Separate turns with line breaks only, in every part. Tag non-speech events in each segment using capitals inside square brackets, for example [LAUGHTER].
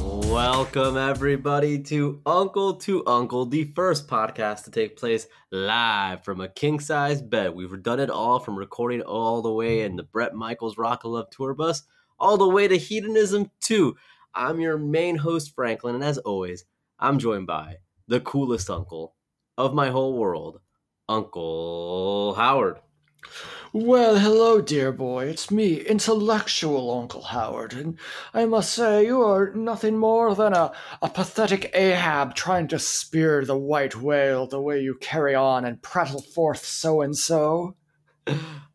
Welcome, everybody, to Uncle to Uncle, the first podcast to take place live from a king size bed. We've done it all from recording all the way in the Brett Michaels Rock of Love tour bus, all the way to Hedonism 2. I'm your main host, Franklin, and as always, I'm joined by the coolest uncle of my whole world, Uncle Howard.
Well, hello, dear boy. It's me, intellectual Uncle Howard, and I must say you are nothing more than a, a pathetic Ahab trying to spear the white whale the way you carry on and prattle forth so and so.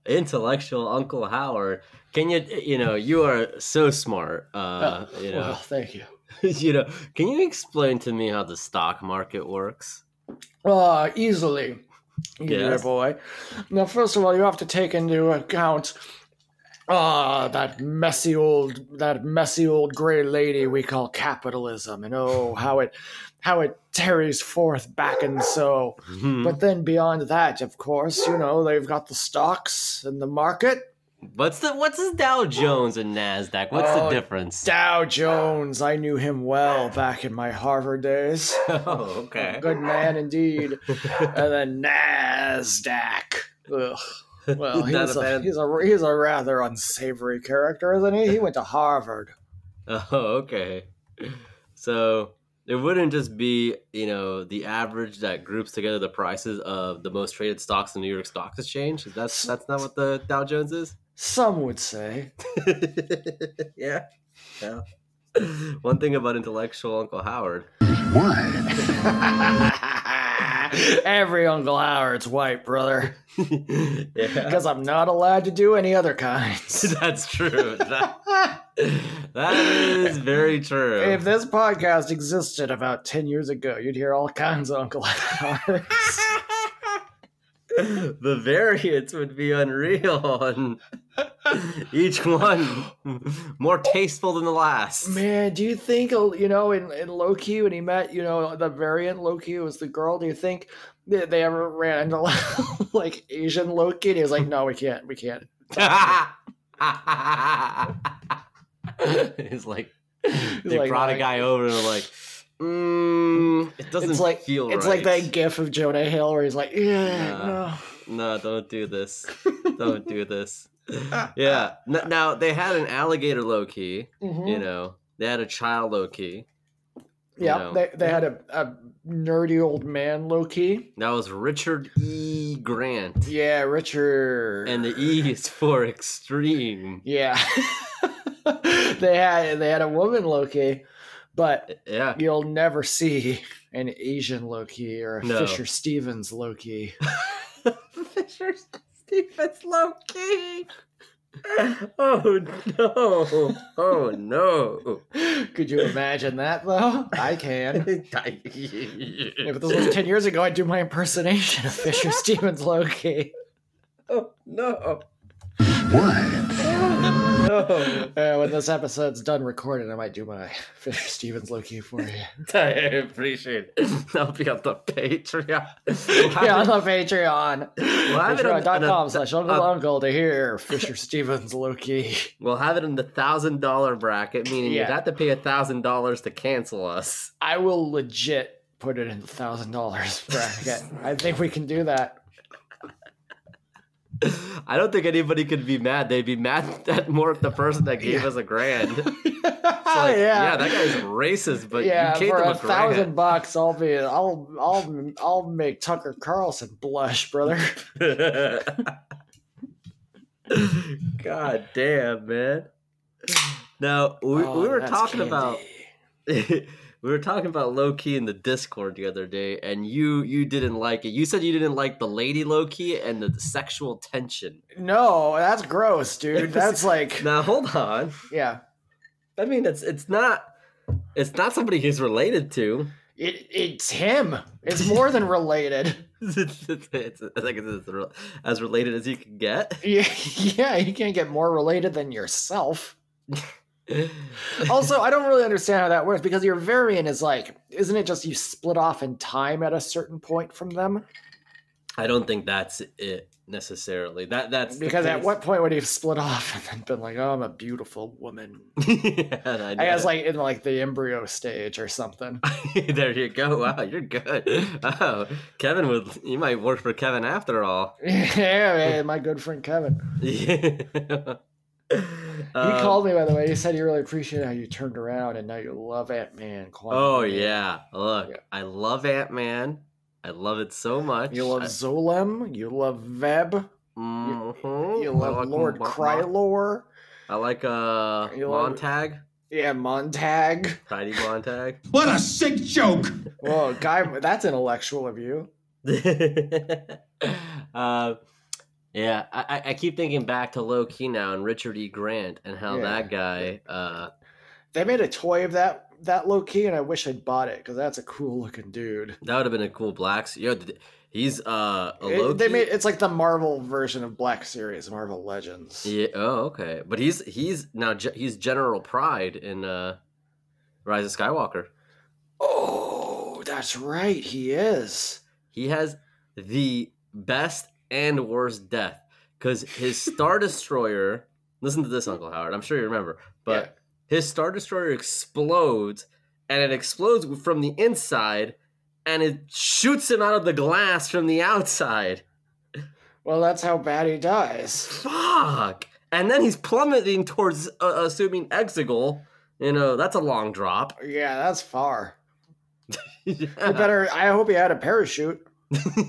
Intellectual Uncle Howard. Can you, you know, you are so smart. Uh, you know,
Well, thank you.
[LAUGHS] you know, can you explain to me how the stock market works?
Ah, easily, dear
Yes.
boy. Now, first of all, you have to take into account ah that messy old that messy old gray lady we call capitalism, and oh how it how it tarries forth back and so.
Mm-hmm. Hmm.
But then beyond that, of course, you know they've got the stocks and the market.
what's the what's the Dow Jones and Nasdaq? What's the
Oh,
difference?
Dow Jones, I knew him well back in my Harvard days.
[LAUGHS] oh, okay.
Good man
[LAUGHS]
indeed. and then Nasdaq. Ugh. [LAUGHS] Well,
[LAUGHS] Not
he's
a
a,
bad-
he's a he's a rather unsavory character, isn't he? He went to Harvard.
Oh, okay. So it wouldn't just be you know the average that groups together the prices of the most traded stocks in the New York Stock Exchange. That's that's not what the Dow
[LAUGHS]
Jones is.
Some would say. [LAUGHS]
yeah. Yeah. [LAUGHS] One thing about intellectual
[LAUGHS]
Uncle Howard. [LAUGHS]
Every Uncle Howard's white, brother,
yeah.
because I'm not allowed to do any other kinds.
[LAUGHS] That's true. That, that is very true.
If this podcast existed about ten years ago, you'd hear all kinds of Uncle [LAUGHS]
[LAUGHS]
Howards.
the variants would be unreal on each one, more tasteful than the last. [LAUGHS]
Man, do you think uh, you know in, in Loki when he met you know the variant Loki was the girl? Do you think they, they ever ran into [LAUGHS] like Asian Loki? And he was like, "No, we can't, we can't."
it's like
It's
they
like-
brought a guy over and were like, mm, it doesn't
It's like
feel
it's
right.
like that gif of Jonah Hill where he's like, "Yeah,
Nah.
no."
no, don't do this. don't do this. Yeah. N- Now they had an alligator low key.
Mhm.
You know, they had a child low key. you
yeah,
know.
they they had a, a nerdy old man Loki.
That was Richard E. Grant,
Yeah, Richard.
and the E is for extreme.
yeah, [LAUGHS] they had they had a woman Loki, but
Yeah.
You'll never see an Asian Loki or a
No.
Fisher Stevens Loki.
Fisher's Stevens low key. [LAUGHS] Oh no! Oh
[LAUGHS]
no!
[LAUGHS] Could you imagine that though? I
[LAUGHS]
can. If this was 10 years ago, I'd do my impersonation of Fisher Stevens Loki.
oh no!
[LAUGHS] Uh, when this episode's done recording, I might do my [LAUGHS] Fisher Stevens Loki for
[LAUGHS]
you.
I appreciate it. [LAUGHS] I'll be on the Patreon.
[LAUGHS] yeah, on the Patreon.
We'll have it on-
Patreon.com
on
slash Uncle Uncle to hear Fisher Stevens Loki.
We'll have it in the thousand dollar bracket, meaning you'd
Yeah.
have to pay a thousand dollars to cancel us.
I will legit put it in the $1,000 bracket. I think we can do that.
[LAUGHS] I don't think anybody could be mad. They'd be mad [LAUGHS] at more at the person that gave us
[LAUGHS]
a grand. It's like, yeah, that guy's racist, but
yeah,
you gave
for
them
a
a grand.
thousand bucks, I'll be, I'll, I'll, I'll make Tucker Carlson blush, brother.
[LAUGHS] God damn, man. Now we, we
Oh,
were
that's
talking
candy.
about [LAUGHS] we were talking about low key in the Discord the other day, and you you didn't like it. You said you didn't like the lady low key and the sexual tension.
No, that's gross,
[LAUGHS]
dude. That's like,
Now hold on.
yeah,
I mean, it's it's not it's not somebody he's related to.
it, it's him. It's more than
[LAUGHS]
related.
It's, it's, it's, I think it's as rel- as related as you can get.
Yeah, yeah, you can't get more related than yourself. Also, I don't really understand how that works because your variant is like, isn't it just you split off in time at a certain point from them?
I don't think that's it. necessarily. That that's the
because at
case.
what point would he have split off and then been like, "Oh, I'm a beautiful woman"?
[LAUGHS] yeah, I,
I guess
know.
like in like the embryo stage or something. [LAUGHS]
[LAUGHS] there you go. Wow, you're good. Oh, Kevin would. You might work for Kevin after all. [LAUGHS]
yeah, man, my good friend Kevin.
Yeah. Uh,
He called me by the way. He said he really appreciated how you turned around and now you love Ant Man.
Oh yeah. Look,
Yeah.
I love Ant Man. I love it so much.
You love
I-
Zolem. You love Veb.
Mhm.
You
I
love
like
Lord
Mon-
Krylor.
I like uh
You love-
Montag.
Yeah, Montag.
Heidi Montag.
What a sick joke!
Whoa, [LAUGHS] guy, that's intellectual of you.
[LAUGHS] uh, yeah, I, I- I keep thinking back to Low Key now and Richard E. Grant and how
Yeah.
that guy. Uh,
They made a toy of that that low key, and I wish I'd bought it because that's a cool looking dude.
that would have been a cool black. Yo, th- he's uh, a
It-
Low
they made it's like the Marvel version of Black Series, Marvel Legends.
Yeah. Oh, okay. But he's he's now ge- he's General Pride in uh, Rise of Skywalker.
Oh, that's right, he is.
He has the best and worst death because his Star Destroyer. Listen to this, Uncle Howard. I'm sure you remember, but his Star Destroyer explodes, and it explodes from the inside, and it shoots him out of the glass from the outside.
well, that's how bad he dies.
Fuck! And then he's plummeting towards, uh, assuming Exegol. You know, that's a long drop. [LAUGHS]
Yeah, that's far. [LAUGHS] He
Yeah.
better. I hope he had a parachute.
[LAUGHS]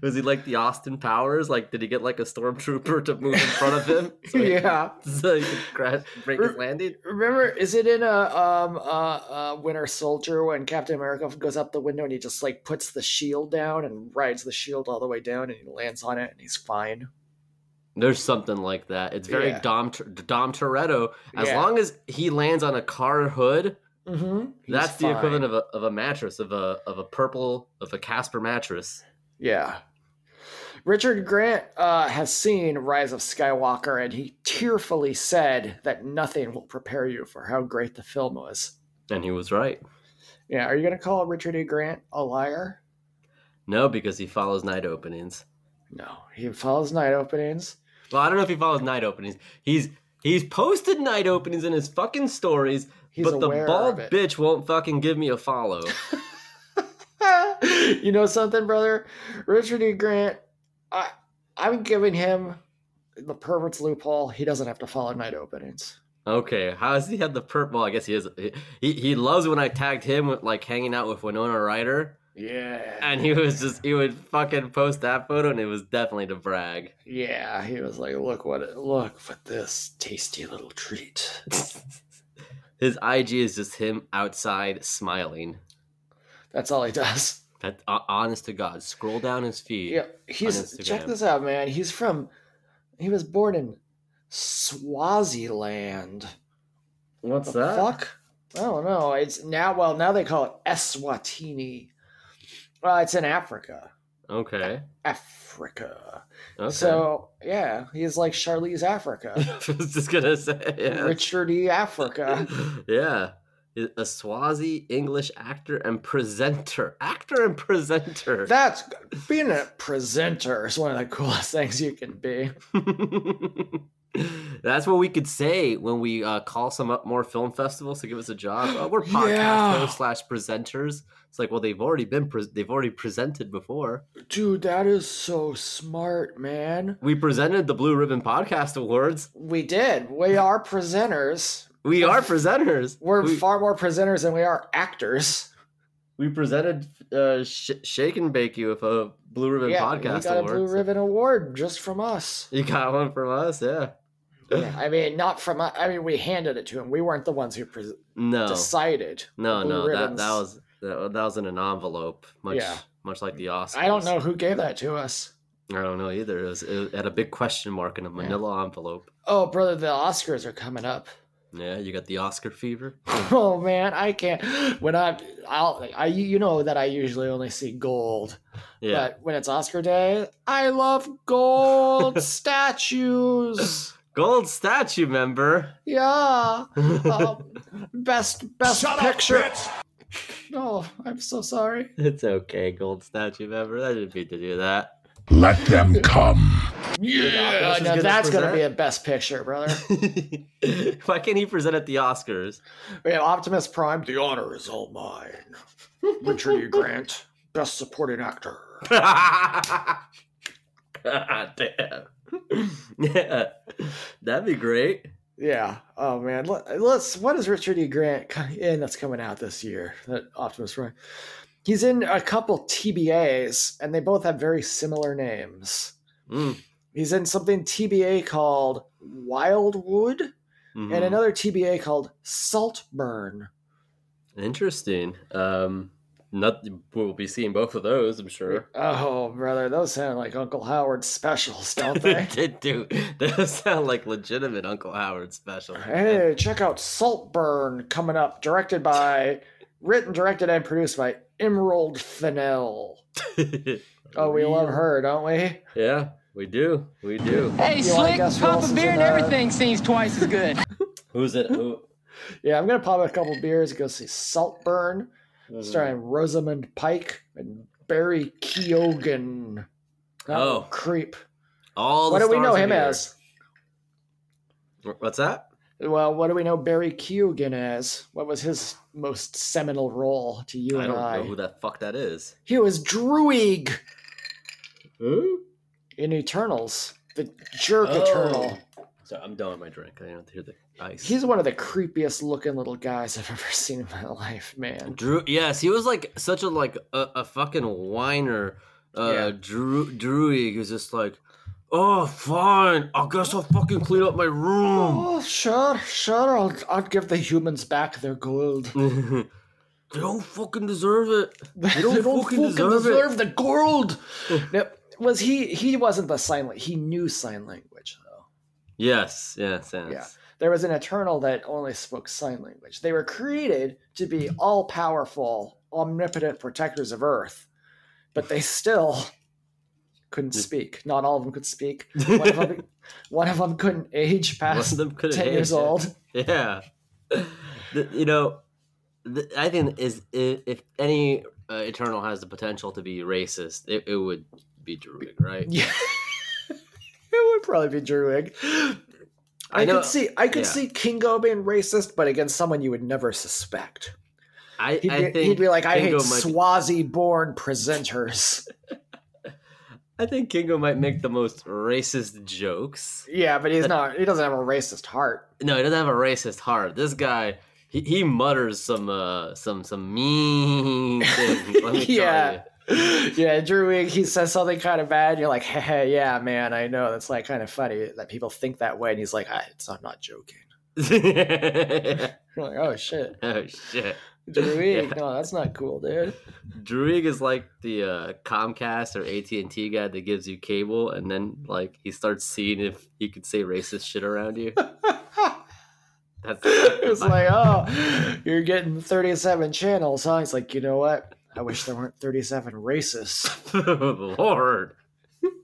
Was he like the Austin Powers? Like, did he get like a stormtrooper to move in front
[LAUGHS]
of him? So he-
yeah.
[LAUGHS] so he could crash, break his landing?
Remember, is it in a um uh, uh Winter Soldier when Captain America goes out the window and he just like puts the shield down and rides the shield all the way down and he lands on it and he's fine.
There's something like that. It's very
Yeah.
Dom Dom Toretto. As
Yeah.
long as he lands on a car hood,
Mm-hmm.
that's the equivalent of a, of a mattress of a of a purple of a Casper mattress.
yeah. Richard Grant uh, has seen Rise of Skywalker and he tearfully said that nothing will prepare you for how great the film was.
And he was right.
Yeah, are you gonna call Richard E. Grant a liar?
No, because he follows night openings.
No, he follows night openings.
Well, I don't know if he follows night openings. He's he's posted night openings in his fucking stories,
He's
but the
aware
bald
of it.
bitch won't fucking give me a follow.
[LAUGHS] you know something, brother? Richard E. Grant, I I'm giving him the pervert's loophole. He doesn't have to follow night openings.
okay, how does he have the perp? Well, I guess he is. He, he he loves when I tagged him with like hanging out with Winona Ryder.
Yeah.
And he was just he would fucking post that photo and it was definitely to brag.
Yeah, he was like, look what it, look what this tasty little treat.
[LAUGHS] His IG is just him outside smiling.
That's all he does.
That uh, honest to god, scroll down his feed.
Yeah. He's
Instagram.
check this out, man. He's from he was born in Swaziland.
What's
the fuck? I don't know. It's now well now they call it Eswatini. Well, it's in Africa.
Okay.
Africa.
Okay.
So yeah, he's like Charlie's Africa.
[LAUGHS] I was just gonna say [LAUGHS] yeah.
Richard E. Africa.
yeah. He's A Swazi English actor and presenter. Actor and presenter.
That's being a presenter is one of the coolest [LAUGHS] things you can be.
[LAUGHS] That's what we could say when we uh, call some up more film festivals to give us a job. Uh, we're podcast
Yeah.
hosts slash presenters. It's like, well, they've already been pres they've already presented before.
Dude, that is so smart, man.
We presented the Blue Ribbon Podcast Awards.
We did. We are presenters.
We
[LAUGHS]
are presenters.
We're
we,
far more presenters than we are actors.
we presented uh, Sh- Shake and Bake You with a Blue Ribbon
yeah, we
Podcast
got a
Award.
blue
so-
ribbon award just from
[LAUGHS]
us.
You got one from us, yeah.
Yeah, I mean, not from us. I mean, we handed it to him. We weren't the ones who pre-
No,
decided.
no,
blue
no. That that
ribbons.
was that, that was in an envelope, much
Yeah.
much like the Oscars.
I don't know who gave that to us.
I don't know either. It, was, it had a big question mark in a manila envelope.
Oh, brother, the Oscars are coming up. [LAUGHS]
Yeah, you got the Oscar fever.
Oh man, I can't. When I, I'll, I, you know that I usually only see gold,
Yeah,
but when it's Oscar day, I love [LAUGHS] gold statues.
gold
[LAUGHS]
statue member.
Yeah,
[LAUGHS]
um, best best
Shut
picture.
up, bitch!
oh, I'm so sorry.
it's okay, gold statue member. I didn't mean to do that.
Let them come.
Yeah,
Oscars
now
gonna
that's going to
present?
be a best picture, brother.
[LAUGHS] Why can't he present at the Oscars?
we have Optimus Prime. The honor is all mine. Richard E. Grant, best supporting actor.
[LAUGHS] God damn. [LAUGHS] yeah, that'd be great.
Yeah. Oh man. Let, let's. What is Richard E. Grant co- in that's coming out this year? That Optimus Prime. He's in a couple TBAs, and they both have very similar names.
Mm,
He's in something TBA called Wildwood,
mhm.
and another TBA called Saltburn.
Interesting. Um, not we'll be seeing both of those, I'm sure.
Oh, brother, those sound like Uncle Howard specials, don't
[LAUGHS]
they?
they do. Those sound like legitimate Uncle Howard special.
hey, check out Saltburn coming up, directed by, written, directed, and produced by Emerald Fennell. Oh, we love her, don't we?
[LAUGHS] Yeah, we do. We do.
Hey,
You wanna
slick,
guess who
pop
else
a
is
beer
in
and
there?
everything seems twice as good.
Who's it? Who?
Yeah, I'm gonna pop a couple beers and go see Saltburn, starring Rosamund Pike and Barry Keoghan. That
Oh.
creep!
All.
What
the
do we
stars
know
are
him
here.
as?
What's that?
Well, what do we know Barry Keoghan as? What was his most seminal role to you
I
and
don't
I?
know who the fuck that is.
He was Druig
Who?
in Eternals, the jerk
Oh.
Eternal.
Sorry, I'm done with my drink. I don't hear the ice.
He's one of the creepiest looking little guys I've ever [LAUGHS] seen in my life, man.
Drew. Yes, he was like such a like a, a fucking whiner. Uh,
Yeah.
Drew Druig is just like, oh fine, I guess I'll fucking clean up my room. [LAUGHS]
Oh, sure, sure. I'll, I'll give the humans back their
[LAUGHS]
gold.
they don't fucking deserve it.
They
don't fucking deserve it. Oh.
the gold. Now, was he? He wasn't the sign. language. He knew sign language though.
Yes, yes, yes.
Yeah. There was an Eternal that only spoke sign language. They were created to
Mm-hmm.
be all powerful, omnipotent protectors of Earth, but they still couldn't speak. Not all of them could
[LAUGHS]
speak. One of them, one of them couldn't age
One
past
of them
[LAUGHS]
couldn't
ten
hate
years
it.
old.
[LAUGHS] Yeah, The- you know, the, I think is i- if any uh, Eternal has the potential to be racist, it, it would be Druig, right?
Yeah. [LAUGHS] it would probably be Druig. I,
know-
could see I could
yeah.
see Kingo being racist, but against someone you would never suspect.
I,
He'd
I
be,
think
he'd be like, I
Kingo
hate
might-
Swazi born presenters.
[LAUGHS] I think Kingo might make the most racist jokes.
yeah, but he's not he doesn't have a racist heart.
No, he doesn't have a racist heart. This guy, he, he mutters some uh some some
[LAUGHS]
mean things. Let me tell you.
Yeah. yeah, Druig, he says something kind of bad, and you're like, hey, hey, yeah, man, I know. That's like kind of funny that people think that way, and he's like, I, it's, I'm not joking. You're like, oh shit.
[LAUGHS] oh shit!
Druig, no, that's not cool, dude.
Druig is like the uh, Comcast or AT and T guy that gives you cable, and then like he starts seeing if he could say racist shit
[LAUGHS]
around you. That's [LAUGHS]
it's like, oh, you're getting 37 channels, huh? He's like, you know what? I wish there weren't 37 races. [LAUGHS]
Lord,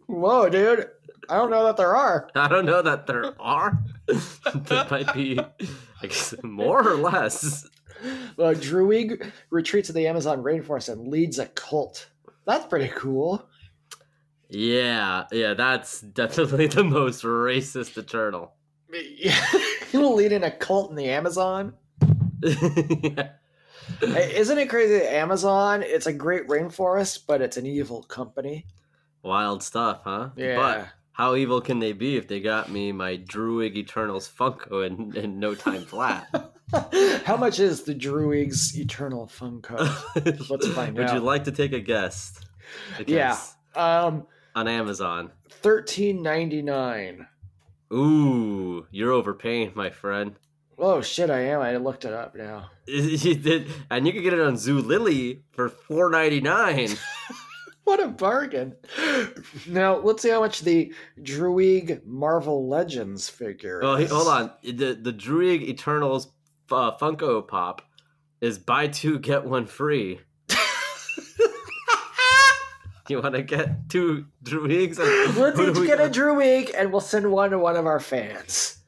Whoa, dude. I don't know that there are.
I don't know that there are. [LAUGHS] there might be, I guess, more or less.
Well, Druig retreats to the Amazon rainforest and leads a cult. That's pretty cool.
Yeah, yeah, that's definitely the most racist eternal.
He'll lead in a cult in the Amazon.
yeah.
Hey, Isn't it crazy? that Amazon, it's a great rainforest, but it's an evil company.
[LAUGHS] Wild stuff, huh? But how evil can they be if they got me my Druid Eternals Funko in, in no time [LAUGHS] flat?
[LAUGHS] How much is the Druig's eternal
[LAUGHS]
Funko? Let's find
Would you
out.
like to take a guess? A
Yeah.
guess
Um,
On Amazon.
thirteen ninety nine.
Ooh, you're overpaying, my friend.
Oh shit, I am. I looked it up now.
[LAUGHS] You did, and you could get it on Zulily for four ninety nine.
What a bargain! [GASPS] Now let's see how much the Druig Marvel Legends figure.
Well, he,
is.
hold on. The the Druid Eternals uh, Funko Pop is buy two get one free. you want to get two Druids? [LAUGHS]
Let's each get a Druig, and we'll send one to one of our fans.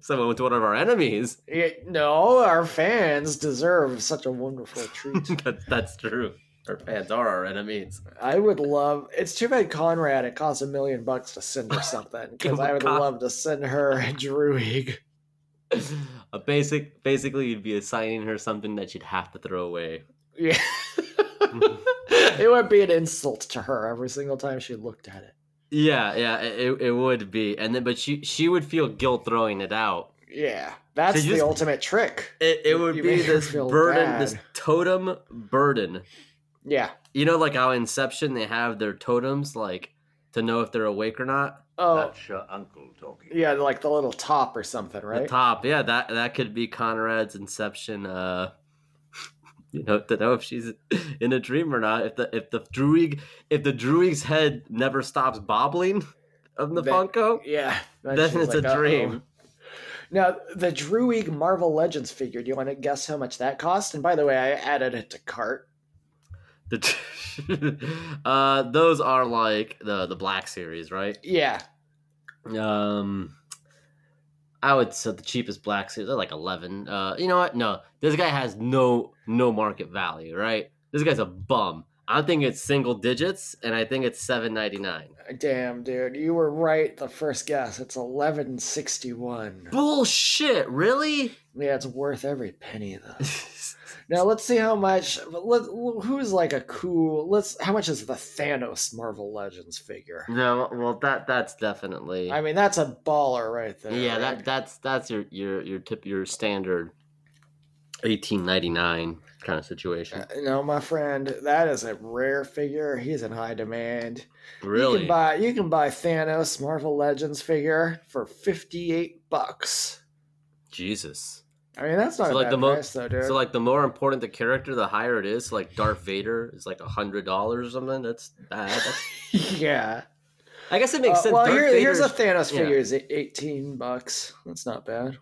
someone to one of our enemies. [LAUGHS] [LAUGHS]
Yeah, no, our fans deserve such a wonderful treat.
that, that's true. Our fans are our enemies. [LAUGHS]
I would love. It's too bad Conrad. It costs a million bucks to send her something
[LAUGHS] Oh
because I would
Con-
love to send her a Druig. [LAUGHS]
A basic, basically, you'd be assigning her something that she'd have to throw away.
Yeah.
Mm-hmm.
it would be an insult to her every single time she looked at it.
Yeah, yeah, it, it would be, and then but she she would feel guilt throwing it out.
Yeah, that's
So you
the
just-
ultimate trick.
It, it would
You
be
made her
this
feel
burden,
bad.
this totem burden.
Yeah.
You know, like how Inception they have their totems, like to know if they're awake or not.
Oh,
your uncle talking.
yeah, like the little top or something,
The
right?
top, yeah, that that could be Conrad's Inception. Uh, [LAUGHS] you know, to know if she's in a dream or not. If the if the druid if the druid's head never stops bobbling of the
Then-
Funko,
Yeah. Then
then
she's
it's
like,
a
"Uh-oh."
dream.
Now, the Druig Marvel Legends figure. Do you want to guess how much that cost? And by the way, I added it to cart.
The, [LAUGHS] uh, those are like the the Black series, right?
Yeah.
Um, I would say the cheapest black suit. They're like eleven. Uh, you know what? No, this guy has no no market value, right? This guy's a bum. I'm thinking it's single digits, and I think it's seven ninety nine.
Damn, dude, you were right the first guess. It's eleven sixty one.
Bullshit! Really? [LAUGHS]
Yeah, it's worth every penny though. Now let's see how much. but Let, who's like a cool? Let's. How much is the Thanos Marvel Legends figure?
no. Well, that that's definitely.
I mean, that's a baller right there.
yeah, that
right?
that's that's your your your tip your standard eighteen ninety nine kind of situation.
Uh, no, my friend, that is a rare figure. He's in high demand. You
really?
can buy you can buy Thanos Marvel Legends figure for fifty eight bucks.
Jesus.
I mean, that's not
So,
a
like,
bad
the mo-
price though, dude.
So like the more important the character, the higher it is. So, like Darth Vader is like a hundred dollars or something. That's, that,
[LAUGHS]
that's
yeah.
I guess it makes
Uh,
sense.
Well,
Darth
here, here's a
Vader's-
Thanos
yeah.
figure. Is eighteen bucks? That's not bad.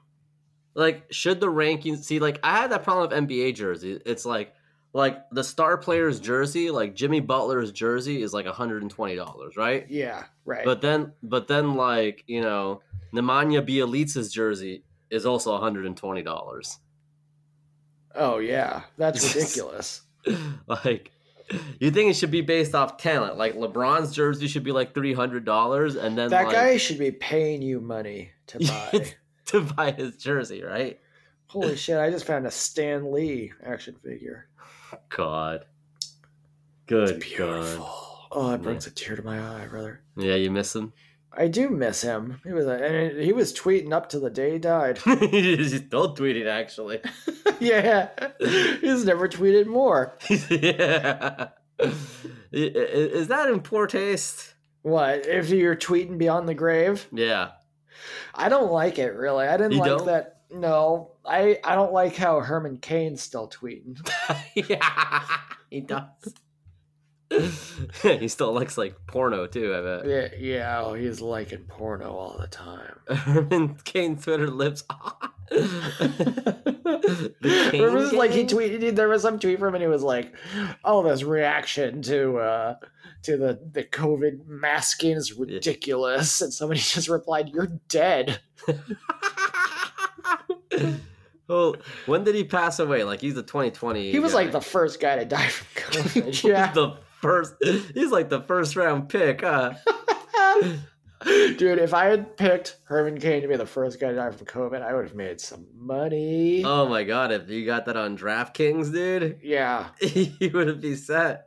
like should the rankings see like I had that problem with NBA jersey. It's like like the star player's jersey, like Jimmy Butler's jersey, is like hundred and twenty dollars, right?
Yeah, right.
But then but then like you know Nemanja Bialica's jersey is also hundred and twenty dollars.
oh yeah,
[LAUGHS]
that's ridiculous.
like you think it should be based off talent like lebron's jersey should be like $300 and then
that
like,
guy should be paying you money to buy.
[LAUGHS] to buy his jersey right
Holy shit! I just found a Stan Lee action figure.
god good god
Oh, that brings a tear to my eye, brother.
yeah you miss him [LAUGHS]
I do miss him. He was a, and he was tweeting up to the day he died. [LAUGHS]
he's still tweeting actually [LAUGHS]
yeah, he's never tweeted more.
yeah I- i- is that in poor taste
What if you're tweeting beyond the grave?
yeah [LAUGHS]
I don't like it really. I didn't
You
like
don't?
that. No, I I don't like how Herman Cain's still tweeting. [LAUGHS]
yeah he does [LAUGHS] he still looks like porno too i bet
Yeah, yeah, oh, he's liking porno all the time.
Herman Cain Twitter lives. [LAUGHS] the
[LAUGHS]
Cain
Remember, like he
gang?
tweeted, there was some tweet from him, and he was like, "Oh, this reaction to uh, to the the COVID masking is ridiculous," and somebody [LAUGHS] just replied, "You're dead."
[LAUGHS] well, when did he pass away? Like he's the 2020.
He was
guy.
like the first guy to die from
[LAUGHS]
COVID. [LAUGHS] yeah,
the first. He's like the first round pick, huh?
dude, if I had picked Herman Cain to be the first guy to die from COVID, I would have made some money.
Oh my god! If you got that on DraftKings, dude, [LAUGHS]
yeah,
you would be set.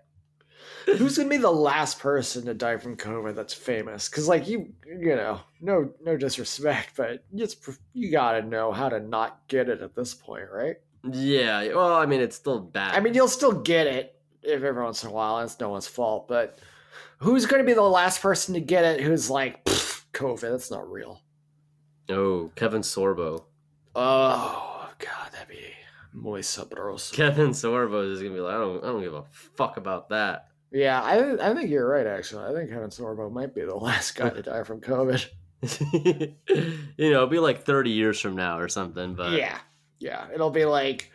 who's gonna be the last person to die from COVID that's famous? Because like you, you know, no, no disrespect, but it's you gotta know how to not get it at this point, right?
Yeah. Well, I mean, it's still bad.
I mean, you'll still get it if every once in a while. and It's no one's fault, but who's gonna be the last person to get it? Who's like "Pfft, COVID? That's not real.
oh, Kevin Sorbo.
Oh God, that'd be muy sabroso.
Kevin Sorbo is gonna be like, I don't, I don't give a fuck about that.
Yeah, I I think you're right. Actually, I think Kevin Sorbo might be the [LAUGHS] last guy to die from COVID.
[LAUGHS] you know, it'll be like 30 years from now or something, but [LAUGHS]
yeah, yeah, it'll be like,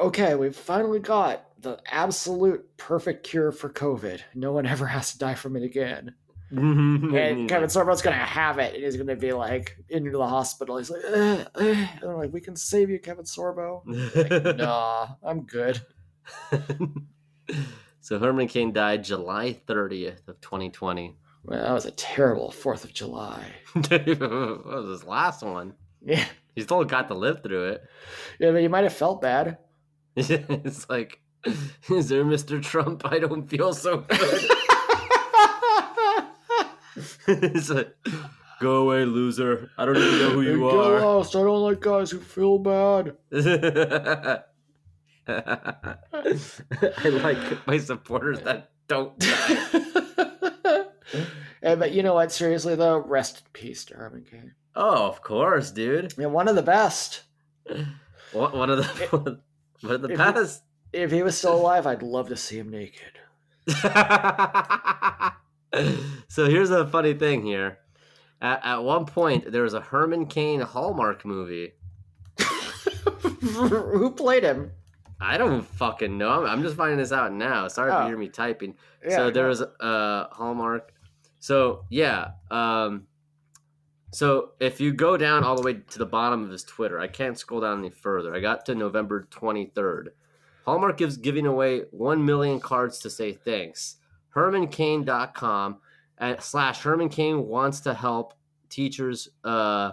okay, we've finally got the absolute perfect cure for COVID. No one [LAUGHS] ever has to die from it again.
Mm-hmm.
And Kevin Sorbo's gonna have it, and he's gonna be like into the hospital. He's like, "Ugh, ugh," and they're like, we can save
[LAUGHS]
you, Kevin Sorbo. Nah, I'm good.
So Herman Cain died July 30th of [LAUGHS] 2020.
Man, that was a terrible Fourth of July. [LAUGHS]
that was his last one.
Yeah,
He still got to live through
yeah, but you might have felt bad.
it. [LAUGHS] it's like, is there Mr. Trump? I don't feel so good. [LAUGHS] it's like, go away, loser. I don't even
[LAUGHS]
know who [LAUGHS] you
Get
[LAUGHS] are.
lost. I don't like guys who feel bad.
I like my supporters that don't.
[LAUGHS] and, but you know what? Seriously, though, rest in peace to Herman Cain.
Oh, of course, dude.
And one of the best.
What one of the one of the
If you-
best? [LAUGHS]
If he was still alive, I'd love to see him naked. [LAUGHS]
so here's a funny thing here. At, at one point, there was a Herman Cain Hallmark movie.
who played him?
I don't fucking know. I'm, I'm just finding this out now. Sorry if
Oh.
you hear me typing. so there was uh, Hallmark. So yeah. Um, so if you go down all the way to the bottom of his Twitter, I can't scroll down any further. I got to November 23rd. Hallmark is giving away 1 million cards to say thanks. HermanCain.com at uh, slash Herman Cain wants to help teachers uh,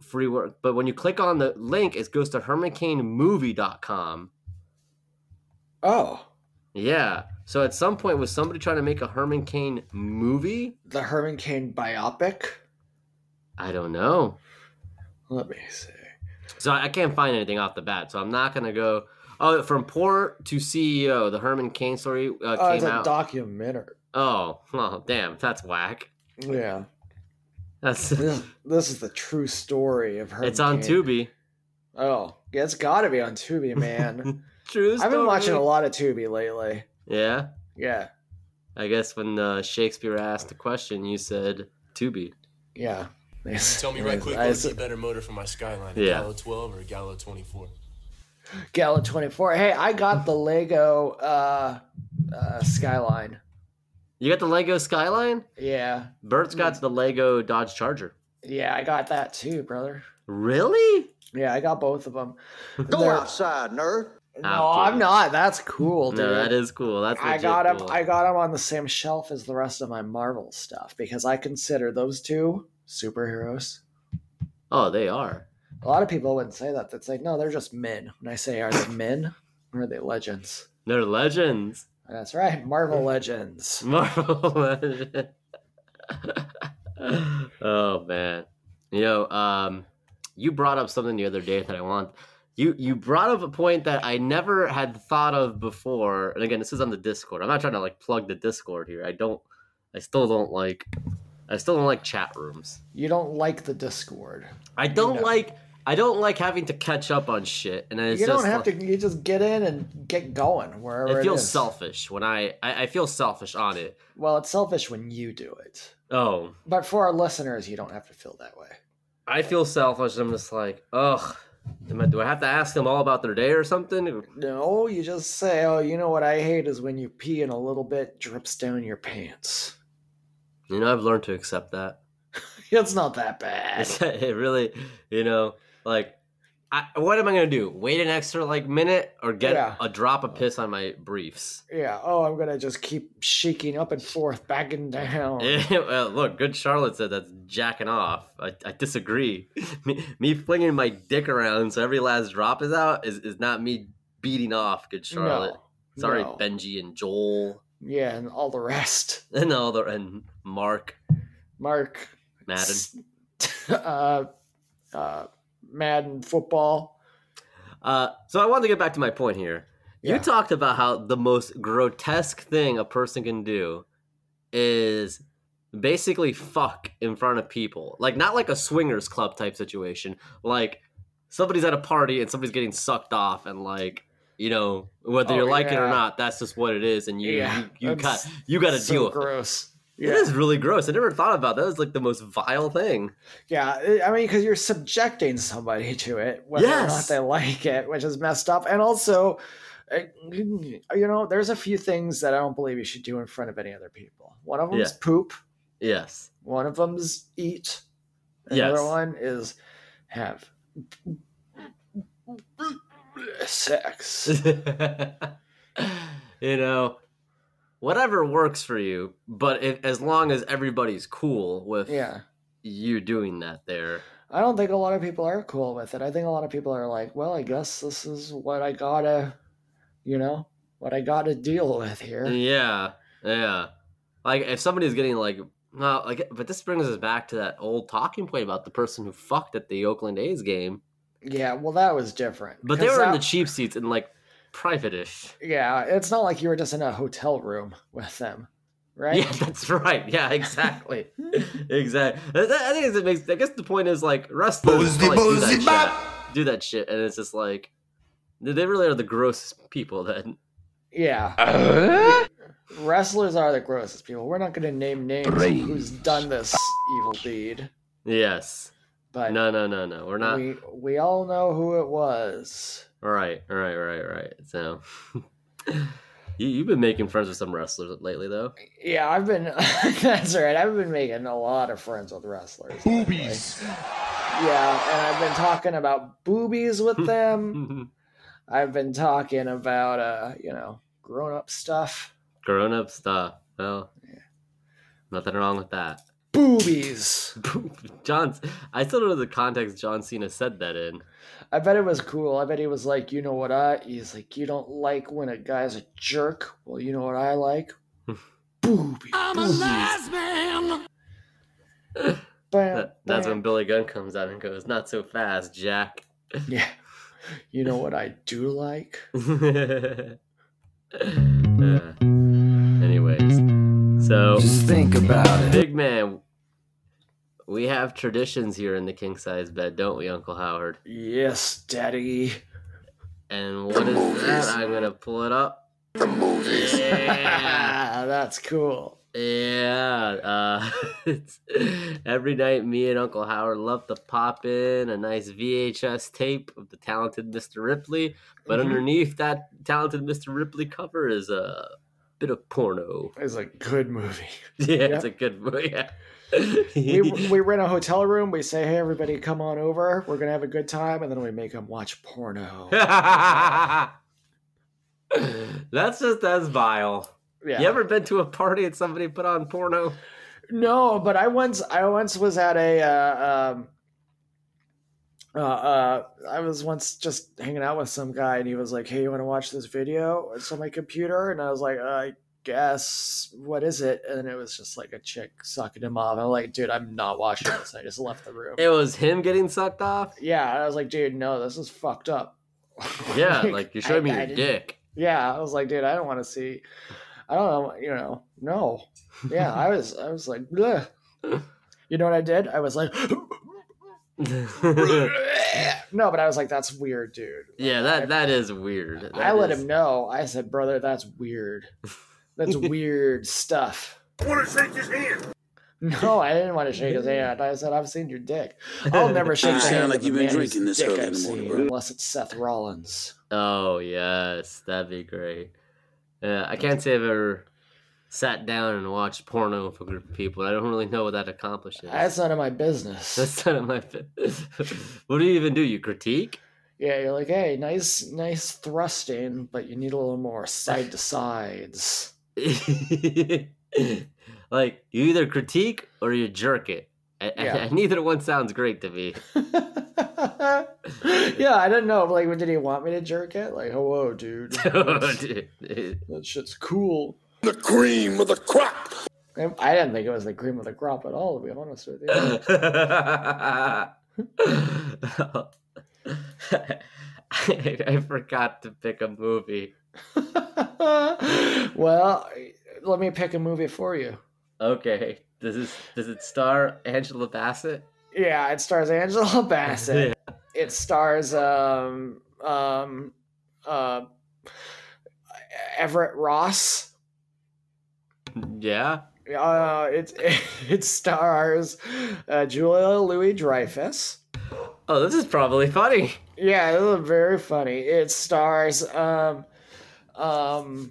free work. But when you click on the link, it goes to HermanCainMovie.com.
oh
Yeah. So at some point, was somebody trying to make a Herman Cain movie?
the Herman Cain biopic.
I don't know.
Let me see.
So I I can't find anything off the bat. So I'm not gonna go. Oh, from poor to CEO, the Herman Cain story uh,
Oh, it's
came
a
out.
documentary.
oh, [LAUGHS] oh, damn, that's whack.
Yeah,
That's
this, this is the true story of Herman.
[LAUGHS] it's on
Cain.
Tubi.
Oh, yeah, it's got to be on
[LAUGHS]
Tubi, man.
True.
I've been watching a
story.
lot of Tubi lately.
Yeah,
Yeah,
I guess when uh, Shakespeare asked the question, you said Tubi.
yeah.
Tell me right quick,
I-
what's the better motor for my skyline? A
Yeah.
Gallo 12 or a Gallo 24?
Gala 24. Hey, I got the Lego uh, uh, Skyline.
You got the Lego Skyline.
Yeah.
Bert's got the Lego Dodge Charger.
Yeah, I got that too, brother.
Really?
Yeah, I got both of them.
Go
They're-
outside, nerd.
No, I'm not. That's cool, dude.
No, that is cool. That's
I
legit
got them.
cool.
I got 'em on the same shelf as the rest of my Marvel stuff because I consider those two superheroes.
Oh, they are.
A lot of people wouldn't say that. That's like, no, they're just men. When I say, are
[LAUGHS]
they men or are they legends?
They're legends. [LAUGHS]
That's right, Marvel legends.
Marvel legend. [LAUGHS] oh man. Yo, um you brought up something the other day that I want you you brought up a point that I never had thought of before. And again, this is on the Discord. I'm not trying to like plug the Discord here. I don't I still don't like I still don't like chat rooms.
You don't like the Discord.
I don't
know.
like I don't like having to catch up on shit and it's
you don't
just
have
like-
to. You just get in and get going wherever
I
it
feel
is.
selfish when I, I I feel selfish on it.
Well, it's selfish when you do it,
Oh,
but for our listeners, you don't have to feel that way.
I feel selfish. I'm just like, ugh. Am I, do I have to ask them all about their day or something?
No, you just say, "Oh, you know what I hate is when you pee and a little bit drips down your pants." [LAUGHS]
You know, I've learned to accept that.
It's not that bad.
It's- [LAUGHS] it really, you know, like, I, what am I gonna do? Wait an extra like minute or get
Yeah.
a drop of piss on my briefs? [LAUGHS]
Yeah. Oh, I'm gonna just keep shaking up and forth, back and down.
Eh, well, look, good Charlotte said that's jacking off. I, I disagree. [LAUGHS] me, me flinging my dick around so every last drop is out is, is not me beating off. Good Charlotte.
No,
Sorry,
no.
Benji and Joel. [LAUGHS]
Yeah, and all the rest.
and all the and Mark
Mark.
Madden.
[LAUGHS] uh, uh, Madden football.
Uh, so I wanted to get back to my point here.
Yeah.
You talked about how the most grotesque thing a person can do is basically fuck in front of people, like not like a swingers club type situation, like somebody's at a party and somebody's getting sucked off and like. You know whether
Oh,
you like it or
yeah.
not, that's just what it is, and you
Yeah,
you, you got
that's
you got to
so
deal with it.
gross.
It is really gross. I never thought about that. It's like the most vile thing.
Yeah, I- I mean, because you're subjecting somebody to it, whether or not
Yes.
they like it, which is messed up. And also, uh, you know, there's a few things that I don't believe you should do in front of any other people. One of them is
Yeah.
poop.
Yes.
One of them's eat. and The
Yes.
other one is have sex.
[LAUGHS] you know, whatever works for you. But if, as long as everybody's cool with
Yeah.
you doing that, there,
I don't think a lot of people are cool with it. I think a lot of people are like, well, I guess this is what I gotta, you know, what I gotta deal with here.
yeah, yeah. Like if somebody's getting like, no, like, but this brings us back to that old talking point about the person who fucked at the Oakland A's game,
Yeah, well, that was different.
but they
because
were in the
that-
cheap seats and like private-ish.
yeah, it's not like you were just in a hotel room with them, right?
Yeah, [LAUGHS] that's right. Yeah,
[LAUGHS]
exactly. exactly. I think it makes. I guess the point is like
Boozy,
wrestlers probably do,
boozy,
that shit, do that shit, and it's just like they really are the grossest people. Then [LAUGHS]
Yeah. Wrestlers are the grossest people. We're not gonna name names of who's done this evil deed,
yes,
but
no, no, no, no. We're not.
we we all know who it was.
All right, all right, all right, all right. So [LAUGHS] you, you've been making friends with some wrestlers lately, though. [LAUGHS]
Yeah, I've been. [LAUGHS] that's right. I've been making a lot of friends with wrestlers.
Boobies.
Yeah, and I've been talking about boobies
Hmm.
with them. I've been talking about uh, you know, grown up stuff.
Grown up stuff. Well, nothing wrong with that. [LAUGHS]
Boobies.
John, I still don't know the context John Cena said that in.
I bet it was cool. I bet he was like, you know what I? He's like, you don't like when a guy's a jerk. Well, you know what I
[LAUGHS]
like? Boobies. [LAUGHS] Bam,
That, that's when
bam.
Billy Gunn comes out and goes, "Not so fast, Jack."
Yeah. You know what I do like?
[LAUGHS] Uh, anyways, so
Just think about it.
big man, we have traditions here in the king size bed, don't we, Uncle Howard?
Yes, daddy.
And what is that? I'm gonna pull it up. The movies. [LAUGHS] Yeah.
[LAUGHS] That's cool.
Yeah, uh, [LAUGHS] it's, every night me and Uncle Howard love to pop in a nice VHS tape of the talented Mr. Ripley, but
Mhm.
underneath that talented Mr. Ripley cover is a bit of porno. [LAUGHS]
It's a good movie.
Yeah, it's a good movie. [LAUGHS] Yeah.
we, we rent a hotel room. We say, "Hey, everybody, come on over. We're gonna have a good time," and then we make them watch porno.
[LAUGHS] That's just as vile.
Yeah.
[LAUGHS] You ever been to a party and somebody put on porno?
No, but I once I once was at a. Uh, um, uh, uh, I was once just hanging out with some guy, and he was like, "Hey, you want to watch this video?" It's on my computer, and I was like, "I guess what is it?" And it was just like a chick sucking him off. I'm like, "Dude, I'm not watching this." I just left the
[LAUGHS]
room.
It was him getting sucked off?
yeah, and I was like, "Dude, no, this is fucked up." [LAUGHS]
Yeah, like you
I-
showed me
I
your
didn't-
dick. [LAUGHS]
Yeah, I was like, dude, I don't want to see. I don't know, you know, no. Yeah, I was, I was like, Bleh. you know what I did? I was like, [GASPS]
yeah,
no, but I was like, that's weird, dude.
that that is weird. That
I let
is-
him know. I said, brother, that's weird.
[LAUGHS]
That's weird stuff. I want to shake his hand. No, I didn't want to shake his hand. I said, I've seen your dick.
[LAUGHS]
I'll never
You
shake the
sound
hand
like
of a
you've been
man whose
drinking this
dick
early
I've
in the morning,
seen,
bro.
unless it's Seth Rollins.
Oh yes, that'd be great. Yeah, I can't say I've ever sat down and watched porno with a group of people. I don't really know what that accomplishes.
That's none of my business.
[LAUGHS] That's none of my. bu- [LAUGHS] what do you even do? You critique? [LAUGHS]
Yeah, you're like, hey, nice, nice thrusting, but you need a little more side to [LAUGHS] sides.
like you either critique or you jerk it. And, and-
Yeah.
[LAUGHS] and neither one sounds great to me. [LAUGHS]
yeah, I didn't know. Like, did he want me to jerk it? Like, [LAUGHS] hello, dude. that
Oh, Dude.
shit's cool.
The cream of the crop.
I I didn't think it was the cream of the crop at all, to be honest
[LAUGHS]
with you. [LAUGHS]
I, I forgot to pick a movie.
well, let me pick a movie for you.
Okay, does this does it star Angela Bassett?
Yeah, it stars Angela [LAUGHS] Bassett. it stars um um uh Everett Ross.
[LAUGHS] yeah.
Uh, it [LAUGHS] it stars uh, Julia Louis Dreyfus.
Oh, this is probably funny. [LAUGHS]
Yeah, it was very funny. It stars um um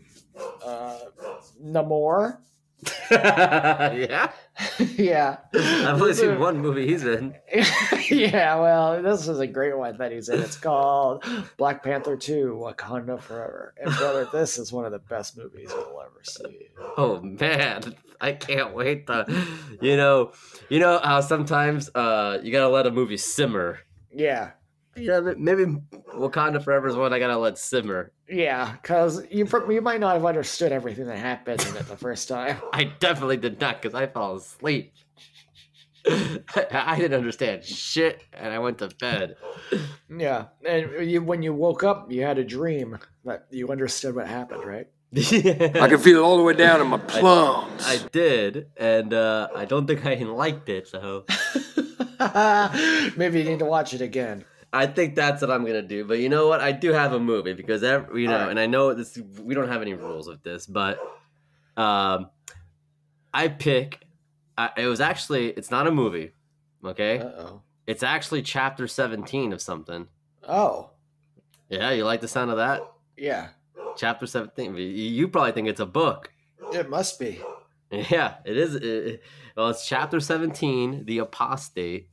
uh Namor. [LAUGHS]
yeah,
yeah. [LAUGHS]
I've only seen one movie he's in.
yeah, well, this is a great one that he's in. It's called Black Panther 2 Wakanda Forever. And, brother, this is one of the best movies you'll ever see.
Oh man, I can't wait to, you know, you know how sometimes uh you gotta let a movie simmer.
Yeah.
You know, maybe Wakanda Forever is one I gotta let simmer.
Yeah, because you, prob- you might not have understood everything that happened in it the first time.
I definitely did not because I fell asleep. [LAUGHS] I, I didn't understand shit, and I went to bed.
[LAUGHS] Yeah. And you, when you woke up, you had a dream that you understood what happened, [LAUGHS] right?
[LAUGHS] I can feel it all the way down in
[LAUGHS]
my plums.
I did, and uh, I don't think I liked it. So
Maybe you need to watch it again.
I think that's what I'm gonna do. But you know what? I do have a movie because ev you know,
Alright.
and I know this. We don't have any rules with this, but um, I pick. I, it was actually. It's not a movie. Okay,
Uh-huh.
Uh oh.
it's actually chapter 17 of something.
Oh,
Yeah, you like the sound of that?
yeah.
Chapter 17. You, you probably think it's a book. [LAUGHS]
It must be.
Yeah, it is. It, it- well, it's chapter 17, The Apostate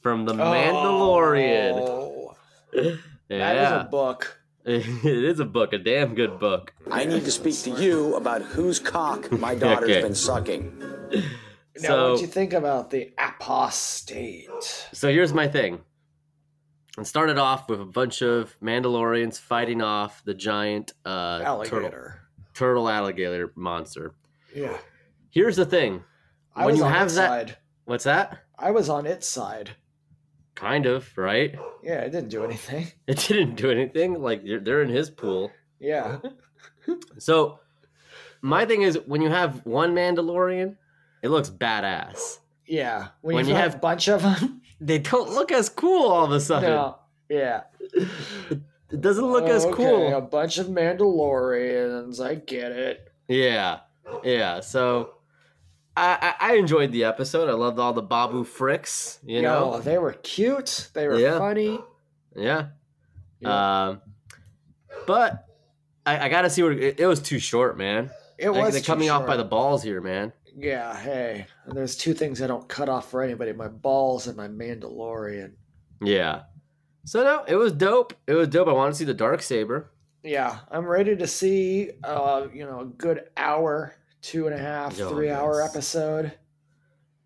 from The Mandalorian.
Oh, that is
Yeah,
a book.
[LAUGHS] it is a book, a damn good book.
I need to speak to you about whose cock
[LAUGHS]
my daughter's
Okay.
been sucking.
Now, what what
So-
you think about the apostate?
So here's my thing. It started off with a bunch of Mandalorians fighting off the giant uh, Turtle,
Alligator.
turtle alligator monster.
Yeah.
Here's the thing.
I
When
was
you
on
have
its
that-
side.
What's that?
I was on its side.
Kind of, right? [LAUGHS]
Yeah, it didn't do anything. [LAUGHS]
It didn't do anything. Like you're- they're in his pool.
Yeah.
So my thing is when you have one Mandalorian, it looks badass.
Yeah. When,
When
you,
you
have, a
have-
bunch of
[LAUGHS]
them.
They don't look as cool all of a sudden.
No. Yeah. Oh,
It doesn't look as
Okay, A
cool.
bunch of Mandalorians. I get it.
Yeah. Yeah. So I, I I enjoyed the episode. I loved all the Babu fricks, you
Yo,
know.
they were cute. They were
Yeah.
funny.
Yeah.
Yeah.
Um but I, I gotta see what it, it was too short, man.
it
Like,
was
they're
too
coming off by
short.
the balls here, man.
Yeah, hey. And there's two things I don't cut off for anybody: my balls and my Mandalorian.
Yeah. So no, it was dope. It was dope. I want to see the dark saber.
Yeah, I'm ready to see. Uh, you know, a good hour, two and a half,
Yo,
three hour
yes.
episode.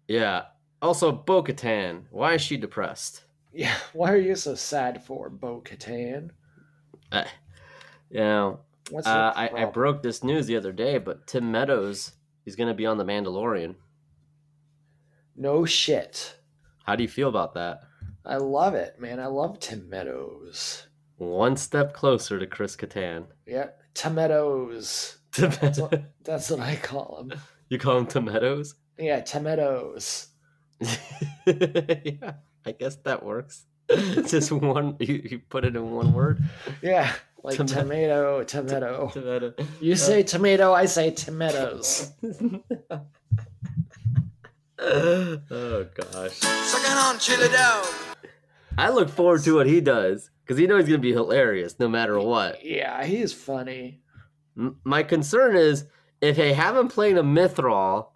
Yeah. Also, Bo Katan. Why is she depressed?
Yeah, [LAUGHS] why are you so sad for Bo Katan?
You know,
What's
uh,
your
I, I
problem?
broke this news the other day, but Tim Meadows is going to be on The Mandalorian.
no shit.
How do you feel about that?
I love it, man. I love Tim Meadows.
One step closer to Chris Katan.
Yep, Tomatoes.
[LAUGHS] Tim-
That's what I call him.
[LAUGHS] you call him Tim Meadows? [LAUGHS]
Yeah, Tomatoes.
yeah, I guess that works. [LAUGHS] Just one, [LAUGHS] you, you put it in one word.
Yeah, like
Toma-
tomato, tomato.
Tim Meadows. Uh,
You say tomato, I say tomatoes.
oh, gosh.
Sucking on chili dog.
I look forward to what he does because you know he's going to be hilarious no matter what.
Yeah, he's funny.
M- my concern is if they haven't played a Mithril,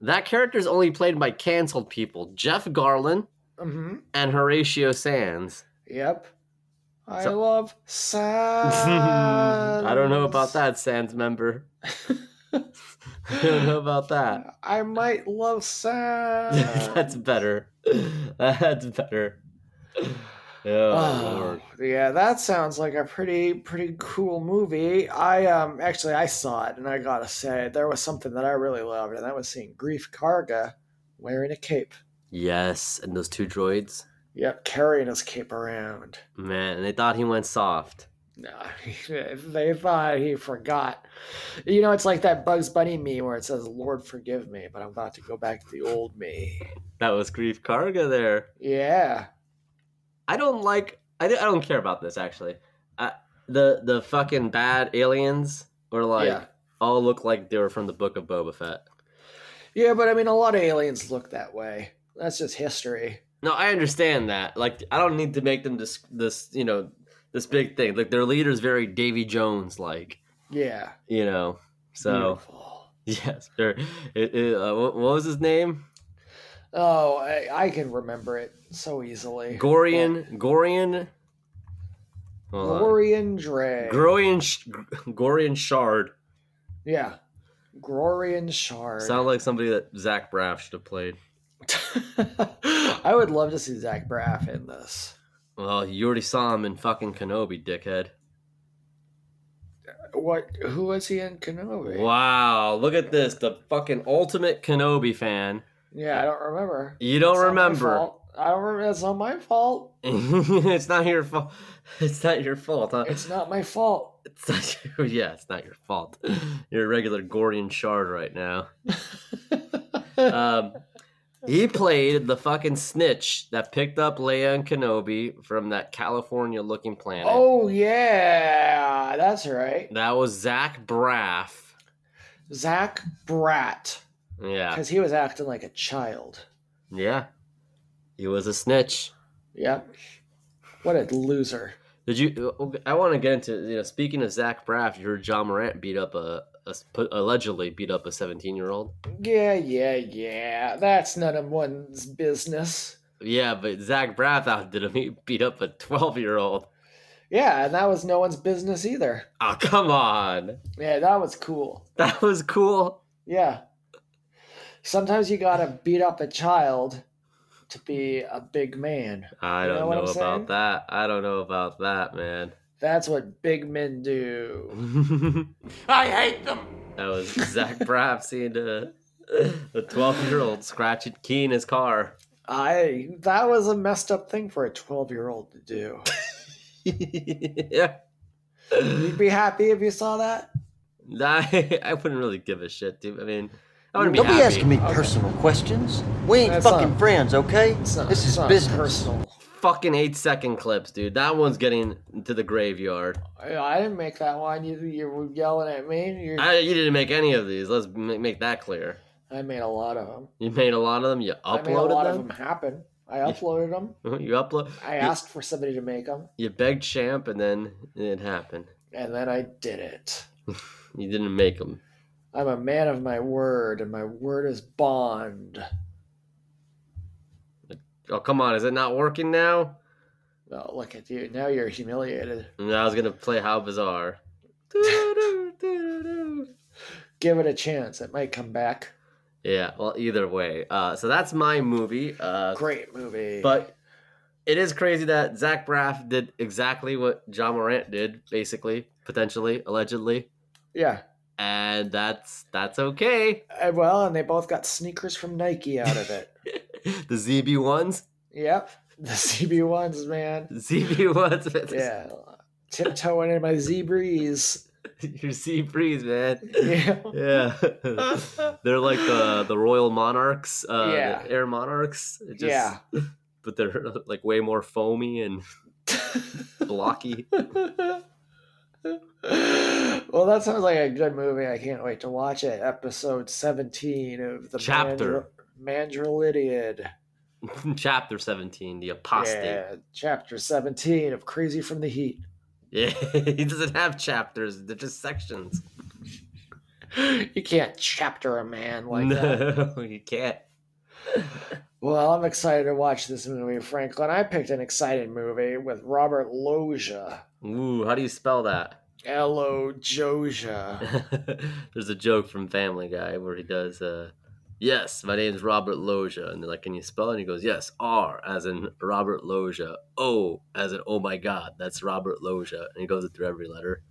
that character's only played by canceled people Jeff Garland
Mm-hmm.
and Horatio Sands. [LAUGHS]
Yep. I
So- [LAUGHS]
love Sans.
I don't know about that, Sands member. [LAUGHS] I don't know about that. [LAUGHS]
I might love Sans.
That's better. [LAUGHS] That's better.
[SIGHS]
Oh,
Oh,
Lord.
yeah, that sounds like a pretty pretty cool movie. I um actually I saw it and I gotta say there was something that I really loved and that was seeing Grief Karga wearing a cape.
Yes, and those two droids.
Yep, carrying his cape around. [LAUGHS]
Man, and they thought he went soft.
No, they thought he forgot. You know, it's like that Bugs Bunny meme where it says, "Lord forgive me," but I'm about to go back to the old me.
That was Grief Karga there.
Yeah,
I don't like. I don't, I don't care about this actually. I, the the fucking bad aliens were like
Yeah.
all look like they were from the book of Boba Fett.
yeah, but I mean, a lot of aliens look that way. That's just history.
No, I understand that. Like, I don't need to make them this this you know this big thing. Like their leader's very Davy Jones like,
Yeah.
you know. So
Beautiful.
[LAUGHS] Yes, sure. It, it, uh, what, what was his name?
Oh, I, I can remember it so easily.
Gorian. Gorian. Hold on.
Glorian Dre.
Gorian. Sh- Gorian Shard.
yeah. Glorian Shard.
Sound like somebody that Zach Braff should have played.
[LAUGHS] I would love to see Zach Braff in this.
Well, you already saw him in fucking Kenobi, dickhead.
What? Who was he in Kenobi?
Wow, look at this. The fucking ultimate Kenobi fan.
Yeah, I don't remember.
You don't
It's not my
remember.
fault. I don't remember. That's not my fault.
[LAUGHS] it's not your fault. It's not your fault, huh?
It's not my fault.
It's not your, [LAUGHS] yeah, it's not your fault. [LAUGHS] You're a regular Gordian shard
[LAUGHS]
right now. um, he played the fucking snitch that picked up Leia and Kenobi from that California looking planet.
Oh yeah, that's right.
That was Zach Braff.
Zach Bratt,
Yeah.
because he was acting like a child.
Yeah. He was a snitch.
Yep. What a loser.
Did you? uh, I want to get into you know. Speaking of Zach Braff, you heard John Morant beat up a, a put, allegedly beat up a seventeen year old.
Yeah, yeah, yeah. That's none of one's business.
Yeah, but Zach Braff outdid him. He beat up a twelve year old.
Yeah, and that was no one's business either.
Oh come on,
Yeah, that was cool.
that was cool.
Yeah. Sometimes you gotta beat up a child to be a big man.
I
You know
don't
what
know,
I'm
about
saying?
that. I don't know about that, man.
That's what big men do.
I hate them. That
[LAUGHS]
was Zach Braff seeing a a twelve year old scratch at key in his car. [LAUGHS]
I that was a messed up thing for a 12 year old to do.
yeah.
You'd be happy if you saw that?
I, [LAUGHS] I wouldn't really give a shit, dude. I mean, I wouldn't
Don't
be
be
happy.
asking me personal questions. We ain't
That's
fucking
not-
friends, okay?
It's not,
this
it's
is
not
business.
personal.
Fucking eight second clips, dude. That one's getting to the graveyard.
I I didn't make that one. You you were yelling at me. You're, I,
I, you didn't make any of these. Let's ma- make that clear.
made a lot of them.
You made a lot of them. You
I made a lot
uploaded
of them happen. I uploaded them.
them. [LAUGHS] You upload.
I asked for somebody to make them,
You begged Champ, and then it happened.
and then I did it.
You didn't make them.
I'm a man of my word, and my word is bond.
Oh come on! Is it not working now?
Oh, look at you. Now you're humiliated.
And I was gonna play How Bizarre. [LAUGHS]
Give it a chance. It might come back.
yeah. Well, either way. Uh, so that's my movie. Uh,
Great movie.
But it is crazy that Zach Braff did exactly what John Morant did, basically, potentially, allegedly,
yeah.
and that's that's okay.
Uh, Well, and they both got sneakers from Nike out of
[LAUGHS]
it.
The ZB ones, [LAUGHS]
yep. The CB1s, man.
ZB ones, [LAUGHS]
Yeah. Tiptoeing in my zebras.
your sea breeze, man.
[LAUGHS] Yeah.
Yeah, [LAUGHS] they're like the the royal monarchs, uh, the
Yeah.
air monarchs. It Just,
Yeah.
but they're [LAUGHS] like way more foamy and [LAUGHS] blocky.
[LAUGHS] well, that sounds like a good movie. I can't wait to watch it. Episode 17 of the
Chapter.
Mandra- Mandrelidiad.
Chapter seventeen, the apostate.
Yeah, chapter 17 of Crazy from the Heat. [GASPS]
Yeah, [LAUGHS] he doesn't have chapters; they're just sections.
You can't chapter a man like that.
no, [LAUGHS] you can't.
Well, I'm excited to watch this movie, Franklin. I picked an exciting movie with Robert Loja.
Ooh, how do you spell that? [LAUGHS]
L O Joja.
There's a joke from Family Guy where he does, uh, "Yes, my name's Robert Loja," and they're like, "Can you spell?" it? And he goes, "Yes, R as in Robert Loja, O as in Oh my God, that's Robert Loja," and he goes through every letter.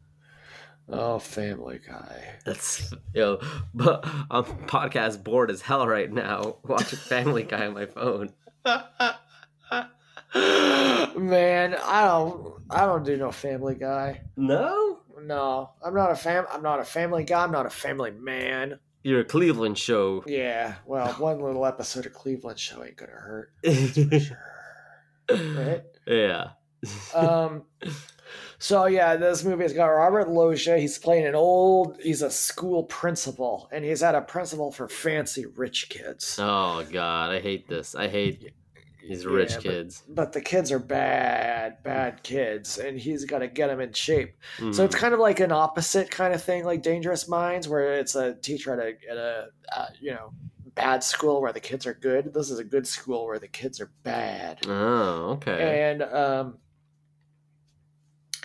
Oh, Family Guy. [GASPS]
That's you know, [LAUGHS] but I'm podcast bored as hell right now [LAUGHS] watching Family Guy on my phone.
Man, I don't, I don't do no Family Guy.
No,
No, I'm not a fam. I'm not a Family Guy. I'm not a Family Man.
you're a Cleveland show.
Yeah, well, one little episode of Cleveland Show ain't gonna hurt,
[LAUGHS]
right?
yeah.
Um, so yeah, this movie has got Robert Loggia. He's playing an old. He's a school principal, and he's had a principal for fancy rich kids.
Oh God, I hate this. I hate These rich
Yeah, but-
kids.
but the kids are bad, bad kids, and he's got to get them in shape.
Mm-hmm.
So it's kind of like an opposite kind of thing, like Dangerous Minds, where it's a teacher at a, at a uh, you know bad school where the kids are good. This is a good school where the kids are bad
Oh, okay.
and um,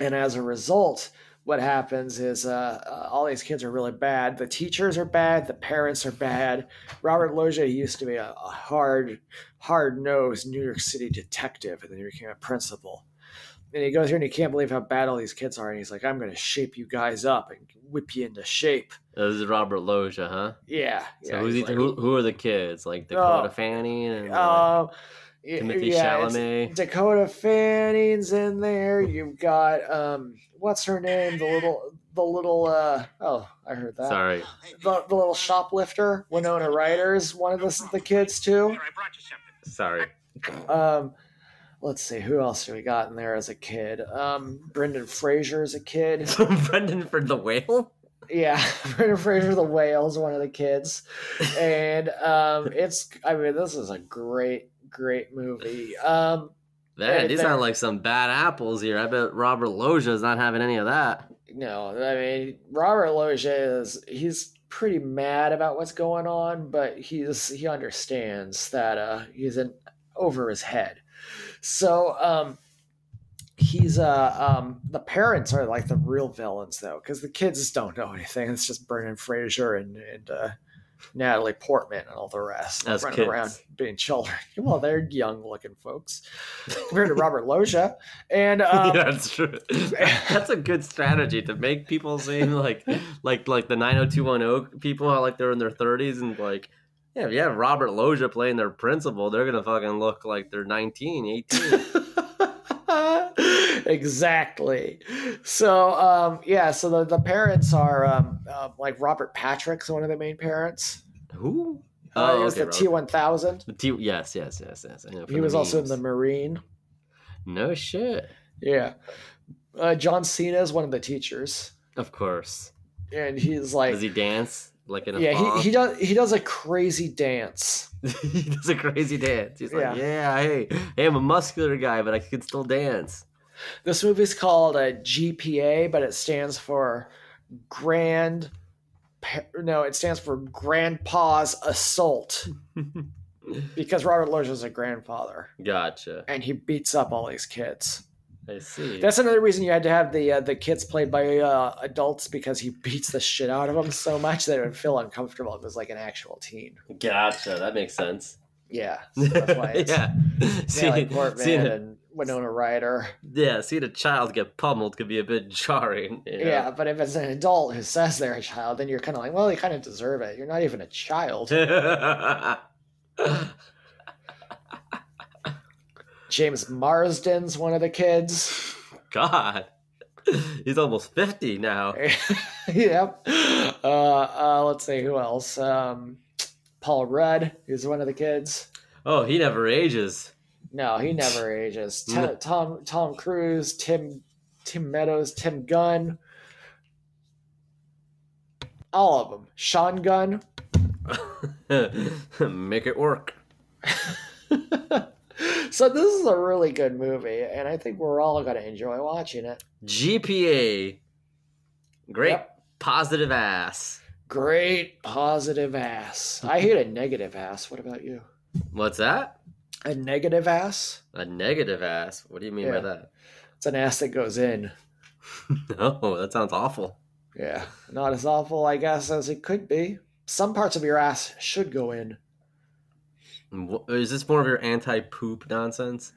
and as a result, what happens is uh, uh, all these kids are really bad. The teachers are bad. The parents are bad. Robert Loggia he used to be a, a hard, hard nosed New York City detective, and then he became a principal. And he goes here and he can't believe how bad all these kids are. And he's like, "I'm going to shape you guys up and whip you into shape."
this is Robert Loja, huh?
Yeah.
So
yeah,
who's
he's
he,
like,
who, who are the kids? Like
Oh.
Dakota Fanning and uh,
Um, y-
Timothy
yeah, it's-
Chalamet.
Dakota Fanning's in there. You've got um, what's her name? The little, the little. Uh, oh, I heard that.
Sorry.
The, the little shoplifter, Winona Ryder's one of the, the kids too. [LAUGHS]
Sorry.
Um, let's see who else do we got in there as a kid. Um, Brendan Fraser is a kid.
Brendan for the whale?
Yeah, [LAUGHS] Brendan Fraser the whale's one of the kids, and um, it's. I mean, this is a great, great movie. Um,
Man,
Right
these
there.
sound like some bad apples here. I bet Robert Loja's not having any of that.
No, I mean Robert Loggia is he's pretty mad about what's going on, but he's he understands that uh he's in over his head. So um he's uh um the parents are like the real villains though, because the kids don't know anything. It's just Brendan Fraser and and uh Natalie Portman and all the rest
As
running
kids.
around being children. [LAUGHS] Well, they're young looking folks compared to Robert Loggia. And um,
[LAUGHS] yeah, that's true. That's a good strategy to make people seem like, like, like the 90210 people, how like they're in their 30s and like, yeah, if you have Robert Loja playing their principal, they're gonna fucking look like they're 19, 18.
[LAUGHS] exactly. So um, yeah, so the, the parents are um, uh, like Robert Patrick's one of the main parents.
[LAUGHS]
Uh,
Who? Oh,
he was
okay,
the
Robert-
T one thousand.
The T. Yes, yes, yes, yes. I know, from
He was also in
memes.
the Marine.
No shit.
Yeah. Uh, John Cena is one of the teachers,
Of course.
and he's like,
Does he dance like in a
yeah,
thong?
he,
[LAUGHS]
he does he does a crazy dance.
he does a crazy dance. He's
Yeah.
like, yeah, hey, hey, I'm a muscular guy, but I can still dance.
This movie's called uh, a GPA, but it stands for Grand. Pa- No, it stands for Grandpa's
[LAUGHS]
Assault. because Robert Loggia is a grandfather,
Gotcha.
and he beats up all these kids.
I see.
That's another reason you had to have the uh, the kids played by uh, adults because he beats the shit out of them so much that it would feel uncomfortable. if It was like an actual teen.
gotcha. That makes sense.
Yeah, so [LAUGHS] that's
[LAUGHS]
why it's [LAUGHS]
yeah. See,
Natalie Portman
seeing a,
and Winona Ryder.
yeah, seeing a child get pummeled could be a bit jarring. you know?
Yeah. but if it's an adult who says they're a child, then you're kind of like, well, they kind of deserve it. You're not even a child. James Marsden's one of the kids.
[LAUGHS]
[LAUGHS]
God. He's almost 50 now.
yep. Uh, uh, let's see who else. Um, Paul Rudd is one of the kids.
Oh, he never ages. [LAUGHS]
No, he never ages. Tom, Tom Tom Cruise, Tim Tim Meadows, Tim Gunn, all of them. Sean Gunn.
Make it work.
So this is a really good movie, and I think we're all gonna enjoy watching it.
GPA. Great
Yep.
positive ass.
Great positive ass. I hate a negative ass. What about you?
What's that?
A negative ass?
A negative ass. What do you mean by
Yeah.
that? [LAUGHS]
It's an ass that goes in.
No, Oh, that sounds awful.
Yeah. Not as awful, I guess, as it could be. Some parts of your ass should go in.
Wh- Is this more of your anti-poop nonsense?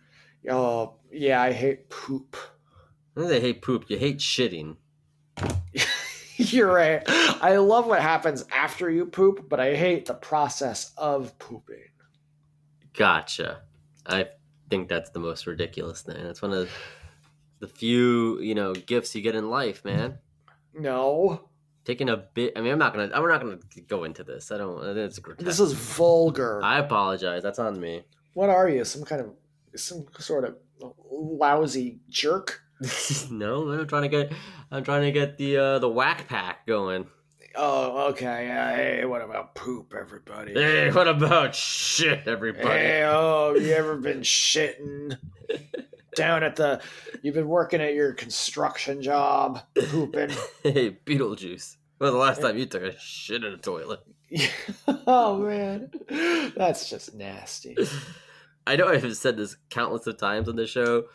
Oh, yeah, I hate poop. [LAUGHS]
I think they hate poop. You hate shitting.
You're right. I love what happens after you poop, but I hate the process of pooping.
Gotcha. I think that's the most ridiculous thing. That's one of the few, you know, gifts you get in life, man.
No.
Taking a bit. I mean, I'm not gonna. I'm not gonna go into this. I don't. I think it's grotesque.
This is vulgar.
I apologize. That's on me. [LAUGHS]
What are you? Some kind of some sort of lousy jerk?
no, I'm trying to get I'm trying to get the uh, the whack pack going.
Oh, okay. yeah, Hey, what about poop, everybody?
Hey, what about shit, everybody?
Hey, oh, you ever been shitting down at the? You've been working at your construction job, pooping.
[LAUGHS]
[LAUGHS]
Hey, Beetlejuice. When was the last time you took a shit in a toilet?
oh man, that's just nasty.
I know I have said this countless of times on the show,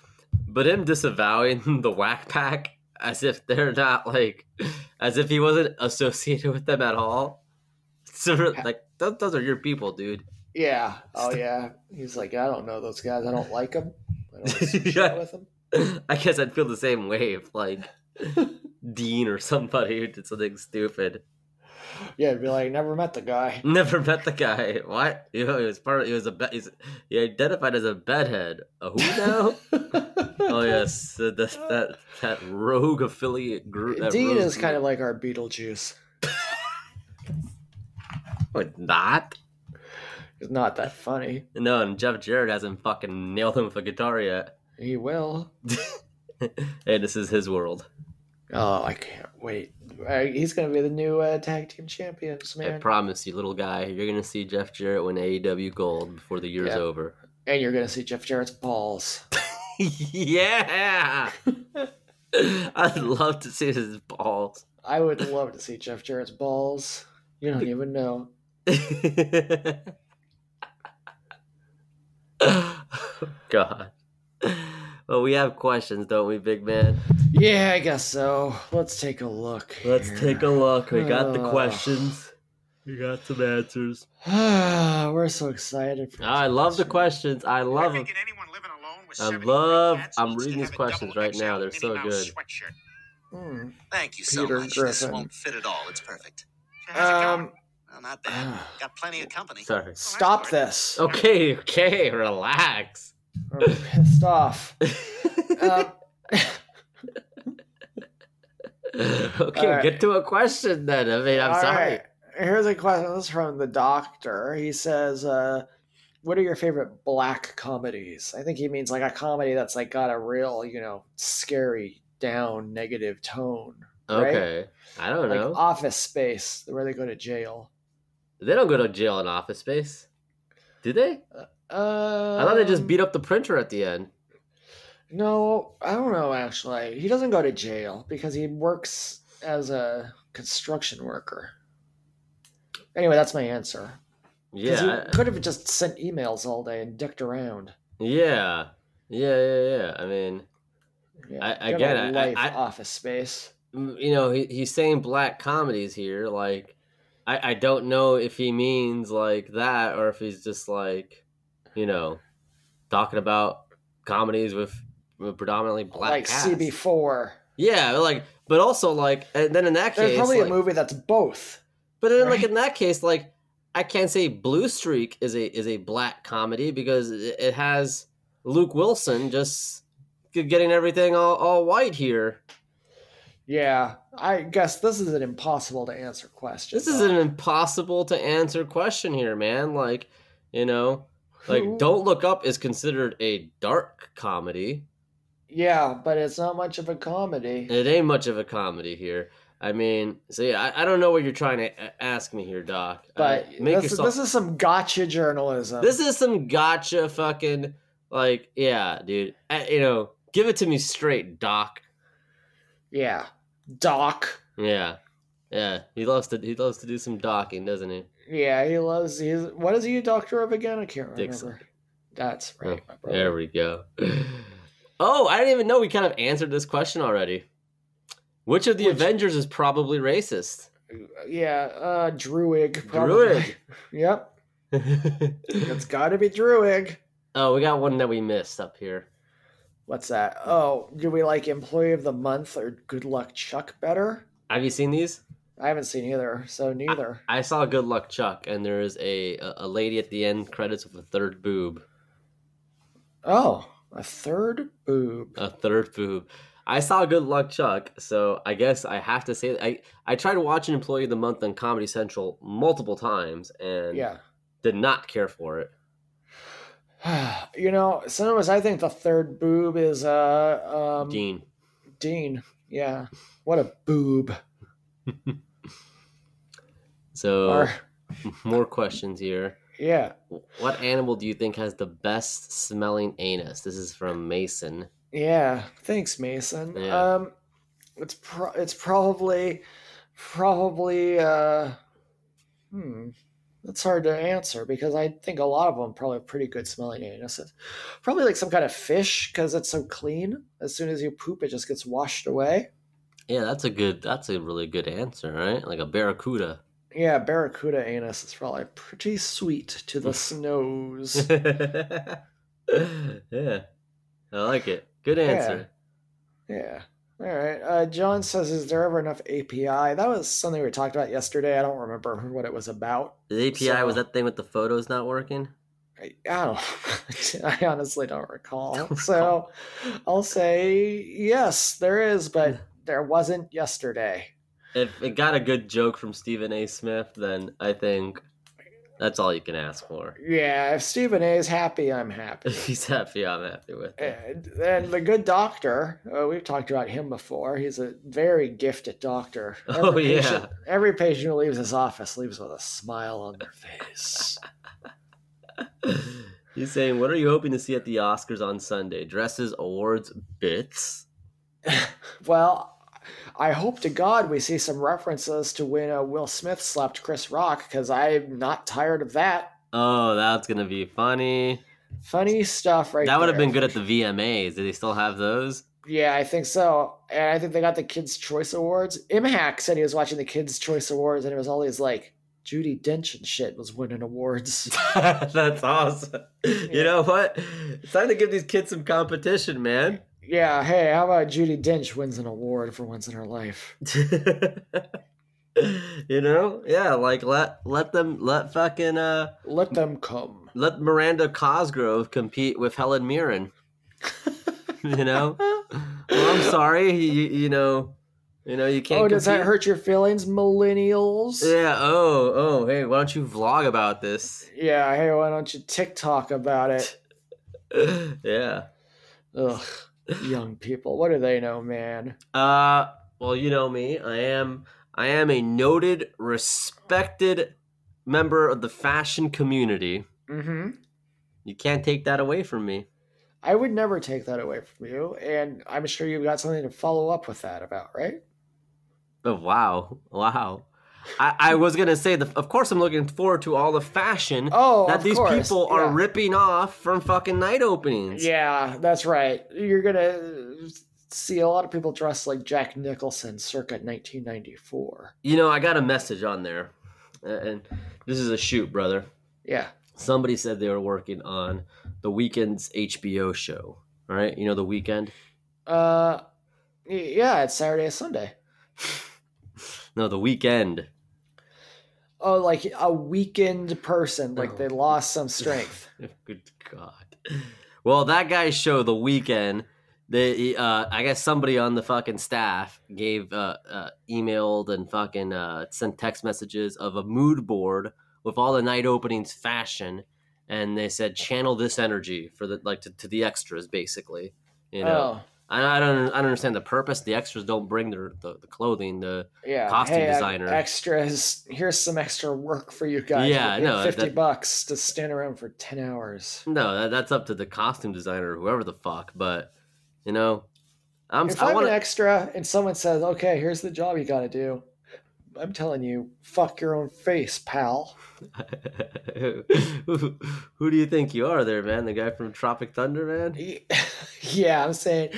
but him disavowing [LAUGHS] the whack pack as if they're not like, as if he wasn't associated with them at all. [LAUGHS] So, like, those, those are your people, dude. [LAUGHS]
Yeah. Oh yeah. He's like, I don't know those guys. I don't like them. I
[LAUGHS]
don't associate
Yeah.
with them.
I guess I'd feel the same way
[LAUGHS]
if, like, Dean or somebody who did something stupid.
Yeah, I'd be like, never met the guy.
Never met the guy. What? [LAUGHS] You know, he was part of. He was a. Be- he's, he identified as a bedhead. A who
[LAUGHS]
now? oh yes, that that that rogue affiliate group. That
Dean
rogue
is kind of like our Beetlejuice.
Like not.
He's not that funny.
No, and Jeff Jarrett hasn't fucking nailed him with a guitar yet. [LAUGHS]
He will.
Hey, this is his world.
Oh, I can't wait. Uh, He's gonna be the new uh, tag team champions,
I
man.
promise you, little guy, you're gonna see Jeff Jarrett win AEW Gold before the year's
Yeah.
over. [LAUGHS]
and you're gonna see Jeff Jarrett's balls.
yeah. [LAUGHS] I'd love to see his balls. [LAUGHS]
I would love to see Jeff Jarrett's balls. You
[LAUGHS]
don't even know.
God. Well, we have questions, don't we, big man?
Yeah, I guess so. Let's take a look.
Let's
[SIGHS]
take a look. We got the
Uh.
questions. We got some answers.
Ah, We're so excited. For
I love the questions. I love them. I love. I'm reading these questions right now. They're so good.
Hmm.
Thank you so
Peter
much. This
Griffin.
won't fit at all. It's perfect.
Um,
Well, not bad. [LAUGHS] Got plenty of company.
Ah, Sorry.
stop this.
Oh. Okay. Okay. Relax.
I'm pissed
[LAUGHS]
off. Uh,
okay.
All
Get
right.
to a question then. I mean, I'm
All
sorry.
right. Here's a question. This is from the doctor. He says, uh, "What are your favorite black comedies?" I think he means like a comedy that's like got a real, you know, scary, down, negative tone. right?
Okay. I don't
Like
know.
Office Space, where they go to jail.
They don't go to jail in Office Space, do they?
Uh,
I thought they just beat up the printer at the end.
Um, No, I don't know. Actually, he doesn't go to jail because he works as a construction worker. Anyway, that's my answer. 'Cause
Yeah,
he
I-
could have just sent emails all day and dicked around.
yeah, yeah, yeah, yeah. I mean,
Yeah,
I- I
good
get
old
it. I-
life
I-
office space.
m- you know, he, he's saying black comedies here. Like, I, I don't know if he means like that or if he's just like, you know, talking about comedies with, with predominantly black
like
cast.
CB4.
Yeah, like, but also like, and then in that
There's
case,
probably
like-
a movie that's both.
But then, like
Right.
in that case, like I can't say Blue Streak is a is a black comedy because it it has Luke Wilson just g- getting everything all, all white here.
Yeah, I guess this is an impossible to answer question.
This is
though.
an impossible to answer question here, man. Like, you know, like
Who-
Don't Look Up is considered a dark comedy.
Yeah, but it's not much of a comedy.
It ain't much of a comedy here. I mean, so yeah, I, I don't know what you're trying to a- ask me here, Doc.
but
I, uh, make
this,
yourself
this is some gotcha journalism.
This is some gotcha fucking like yeah, dude. Uh, you know, give it to me straight, Doc.
yeah, Doc.
Yeah, yeah. He loves to he loves to do some docking, doesn't he?
Yeah, he loves. He's what is he a doctor of again? I can't remember.
Dixon.
That's right. my brother.
There we go. [SIGHS] oh, I didn't even know we kind of answered this question already. Which of the
Which-
Avengers is probably racist?
Yeah, uh, Druig. Probably.
Druid.
[LAUGHS] Yep, it's got to be Druig.
[LAUGHS] oh, we got one that we missed up here.
What's that? Oh, do we like Employee of the Month or Good Luck Chuck better?
Have you seen these?
I haven't seen either, so neither.
I saw Good Luck Chuck, and there is a a a lady at the end credits with a third boob.
Oh, a third boob.
a third boob. I saw Good Luck Chuck, so I guess I have to say that I I tried watching Employee of the Month on Comedy Central multiple times and
Yeah. [SIGHS]
did not care for it.
You know, sometimes I think the third boob is uh um Dean.
Dean,
Yeah. What a boob.
So
Or,
more questions here.
yeah.
What animal do you think has the best smelling anus? This is from Mason.
Yeah, thanks, Mason.
Yeah.
Um, it's pro- it's probably probably uh, hmm, that's hard to answer because I think a lot of them probably have pretty good smelling anuses. Probably like some kind of fish because it's so clean. As soon as you poop, it just gets washed away.
Yeah, that's a good. That's a really good answer, right? Like a barracuda.
Yeah, barracuda anus is probably pretty sweet to the
[LAUGHS]
snows.
[LAUGHS] yeah, I like it. Good answer.
Yeah. All right. Uh, John says, "Is there ever enough API?" That was something we talked about yesterday. I don't remember what it was about.
The API was
So-
that thing with the photos not working.
I I don't. [LAUGHS] I honestly don't recall.
[LAUGHS]
so I'll say yes, there is, but there wasn't yesterday.
If it got a good joke from Stephen A. Smith, then I think that's all you can ask for. [LAUGHS]
Yeah, if Stephen A. is happy, I'm happy.
If he's happy, I'm happy with it.
And, and the good doctor, uh, we've talked about him before. He's a very gifted doctor.
[LAUGHS] Oh, yeah.
patient- every patient who leaves his office leaves with a smile on their face.
[LAUGHS] He's saying, "What are you hoping to see at the Oscars on Sunday? Dresses, awards, bits."
Well, I hope to God we see some references to when uh, Will Smith slapped Chris Rock because I'm not tired of that.
Oh, that's gonna be funny.
Funny stuff, right?
that would have
there.
been good at the VMAs. Do they still have those? [LAUGHS]
Yeah, I think so. And I think they got the Kids Choice Awards. Imhack said he was watching the Kids Choice Awards, and it was all these like Judy Dench and shit was winning
[LAUGHS]
awards.
That's awesome. You know what? It's time to give these kids some competition, man. [LAUGHS]
yeah, hey, how about Judy Dench wins an award for once in her life?
you know? Yeah, like let let them let fucking uh
Let them come.
let Miranda Cosgrove compete with Helen Mirren. you know? Well, I'm sorry, you, you know, you know you can't
oh, does that
compete.
hurt your feelings, millennials?
Yeah, oh, oh, hey, why don't you vlog about this? [LAUGHS]
Yeah, hey, why don't you TikTok about it?
yeah.
Ugh, young people, what do they know, man?
Uh, well, you know me. I am I am a noted, respected member of the fashion community.
Mm-hmm.
You can't take that away from me.
I would never take that away from you, and I'm sure you've got something to follow up with that about, right?
Oh, wow, wow. I, I was gonna say, the, of course, I'm looking forward to all the fashion
Oh,
that
of
these
course,
people are
yeah.
ripping off from fucking night openings.
Yeah, that's right. You're gonna see a lot of people dressed like Jack Nicholson circa 1994.
You know, I got a message on there, uh, and this is a shoot, brother.
Yeah.
Somebody said they were working on the weekend's HBO show. All right, you know the weekend.
Uh, y- yeah, it's Saturday and Sunday.
No, the weekend.
Oh, like a weakened person, like they lost some strength.
Good God. Well, that guy's show, The Weekend, they, uh, I guess somebody on the fucking staff gave, uh, uh, emailed and fucking uh, sent text messages of a mood board with all the night openings fashion, and they said channel this energy for the like to, to the extras basically. [LAUGHS] You
Oh.
know, I, I don't, I don't understand the purpose. The extras don't bring their the, the clothing. The
Oh, yeah.
Costume
hey, uh,
designer.
Extras. Here's some extra work for you guys.
Yeah,
You'll get
no,
fifty
that-
bucks to stand around for ten hours.
no, that, that's up to the costume designer or whoever the fuck. But you know, I'm
If
I
I'm
want
an extra and someone says, "Okay, here's the job you got to do," I'm telling you, fuck your own face, pal.
who, who do you think you are there, man? The guy from Tropic Thunder, man?
[LAUGHS] yeah, I'm saying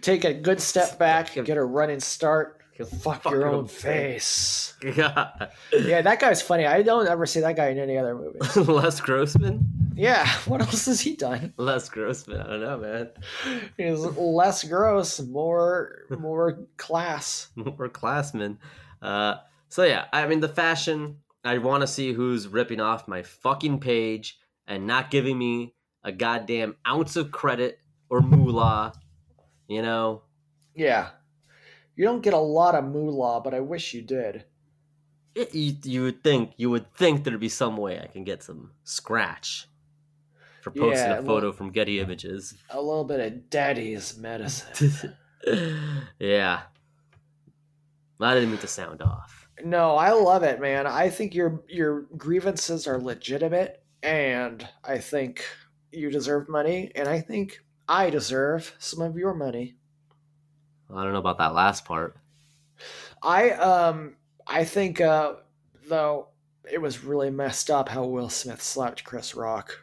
take a good step back, get a running start, fuck, your own face.
[LAUGHS]
yeah, that guy's funny. I don't ever see that guy in any other movie.
Les Grossman?
Yeah, [LAUGHS] what else has he done?
Les Grossman, I don't know, man. [LAUGHS]
He's less gross, more more class.
We're classmen. Uh, so, yeah, I mean, the fashion, I want to see who's ripping off my fucking page and not giving me a goddamn ounce of credit or moolah, you know?
Yeah. You don't get a lot of moolah, but I wish you did.
It- you, you would think you would think there'd be some way I can get some scratch for posting
Yeah,
a
well-
photo from Getty Images.
A little bit of daddy's medicine.
[LAUGHS] yeah, I didn't mean to sound off.
No, I love it, man. I think your your grievances are legitimate, and I think you deserve money, and I think I deserve some of your money.
I don't know about that last part. [LAUGHS]
I um I think uh though it was really messed up how Will Smith slapped Chris Rock.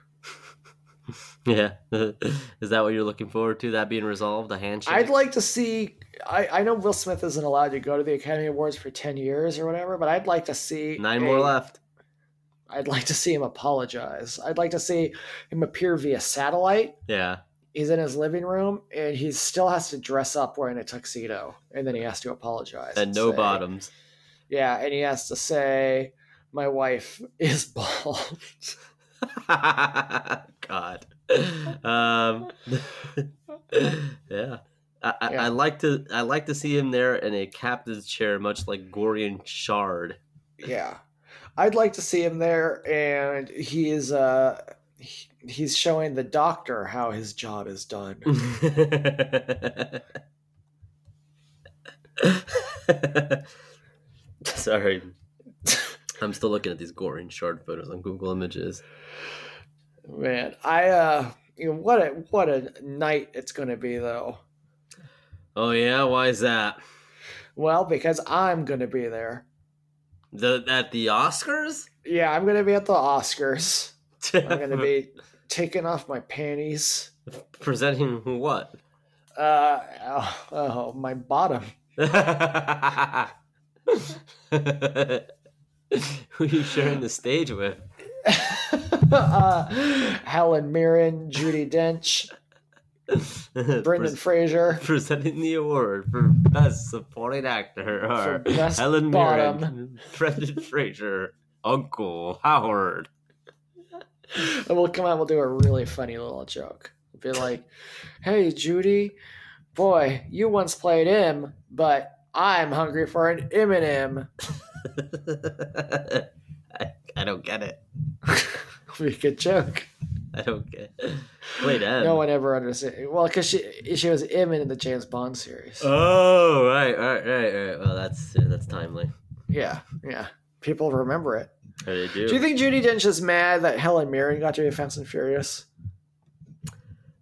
Yeah. [LAUGHS] Is that what you're looking forward to? That being resolved? A handshake?
I'd like to see. I, I know Will Smith isn't allowed to go to the Academy Awards for ten years or whatever, but I'd like to see
Nine more
a-
left.
I'd like to see him apologize. I'd like to see him appear via satellite.
Yeah.
He's in his living room and he still has to dress up wearing a tuxedo, and then he has to apologize
And no
say-
bottoms. [LAUGHS]
Yeah, and he has to say, "My wife [LAUGHS] is bald." [LAUGHS]
God. Um, [LAUGHS] yeah. I, I,
Yeah.
I like to I like to see him there in a captain's chair, much like Gorian Shard.
yeah i'd like to see him there and he is uh he- he's showing the doctor how his job is done
[LAUGHS] Sorry, I'm still looking at these Gorian Shard photos on Google Images.
man i uh you know, what a what a night it's gonna be though
Oh yeah, why is that?
well because i'm gonna be there
The at the Oscars?
yeah i'm gonna be at the oscars i'm gonna be taking off my panties
[LAUGHS] presenting what? [LAUGHS]
uh oh, oh, my bottom [LAUGHS]
Who you sharing the stage with? [LAUGHS]
uh, helen mirren judy dench brendan
Pres-
fraser
presenting the award for best supporting actor are
For best
Helen Mirren,
bottom.
[LAUGHS] Brendan Fraser, Uncle Howard. [LAUGHS]
And we'll come out, we'll do a really funny little joke. Be like, hey, Judy, boy, you once played him, but I'm hungry for an [LAUGHS] M&M.
I, I don't get it.
We could joke.
I don't get. Wait, M.
No one ever understood. Well, because she, she was M in the James Bond series.
Oh right, right, right, right. Well, that's yeah, that's timely.
yeah, yeah. People remember it.
They
Do you think Judy Dench is mad that Helen Mirren got to be Fast and Furious?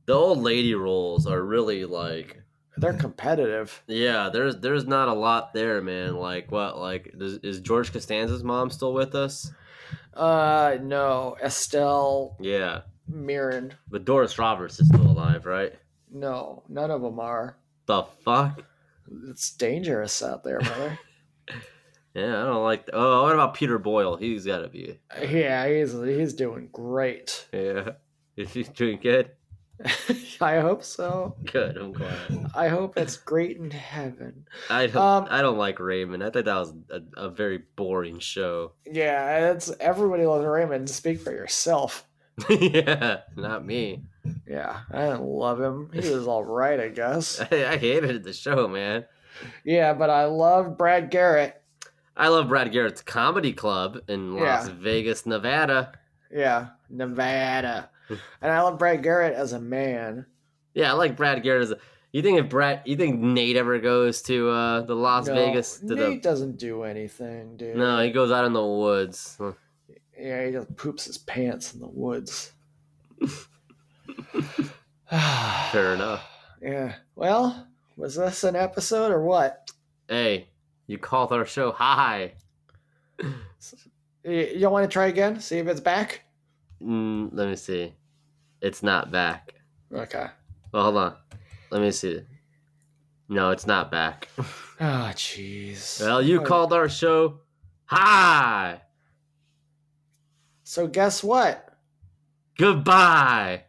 the old lady roles are really like
They're competitive.
Yeah, there's there's not a lot there, man. Like what? Like is, is George Costanza's mom still with us?
Uh, no. Estelle
Yeah,
Mirren.
but Doris Roberts is still alive, right?
No, none of them are.
The fuck?
It's dangerous out there,
[LAUGHS]
brother.
Yeah, I don't like. oh, what about Peter Boyle? He's got to be.
Yeah, he's he's doing great.
Yeah, [LAUGHS] is he doing good?
I hope so.
Good. I'm glad.
I hope it's great in heaven.
I don't.
Um,
I don't like Raymond. I think that was a, a very boring show. [LAUGHS]
Yeah, it's everybody loves Raymond. Speak for yourself.
yeah, not me.
Yeah, I didn't love him. He was all right, I
[LAUGHS]
guess.
I, I hated the show, man.
Yeah, but I love Brad Garrett.
I love Brad Garrett's Comedy Club in Las
Yeah.
Vegas, Nevada.
Yeah,
[LAUGHS]
Nevada, and I love Brad Garrett as a man.
Yeah, I like Brad Garrett. As a, you think if Brad, you think Nate ever goes to uh, the Las
No,
Vegas? To
Nate doesn't do anything,
the,
dude.
no, he goes out in the woods. Huh.
Yeah, he just poops his pants in the woods. [SIGHS]
Fair enough.
Yeah. Well, was this an episode or what?
Hey, you called our show high.
Y- You want to try again? See if it's back.
Mm, let me see. It's not back.
Okay.
Well, hold on. Let me see. No, it's not back.
Oh, jeez.
Well, you
Oh,
called our show high.
So guess what?
Goodbye.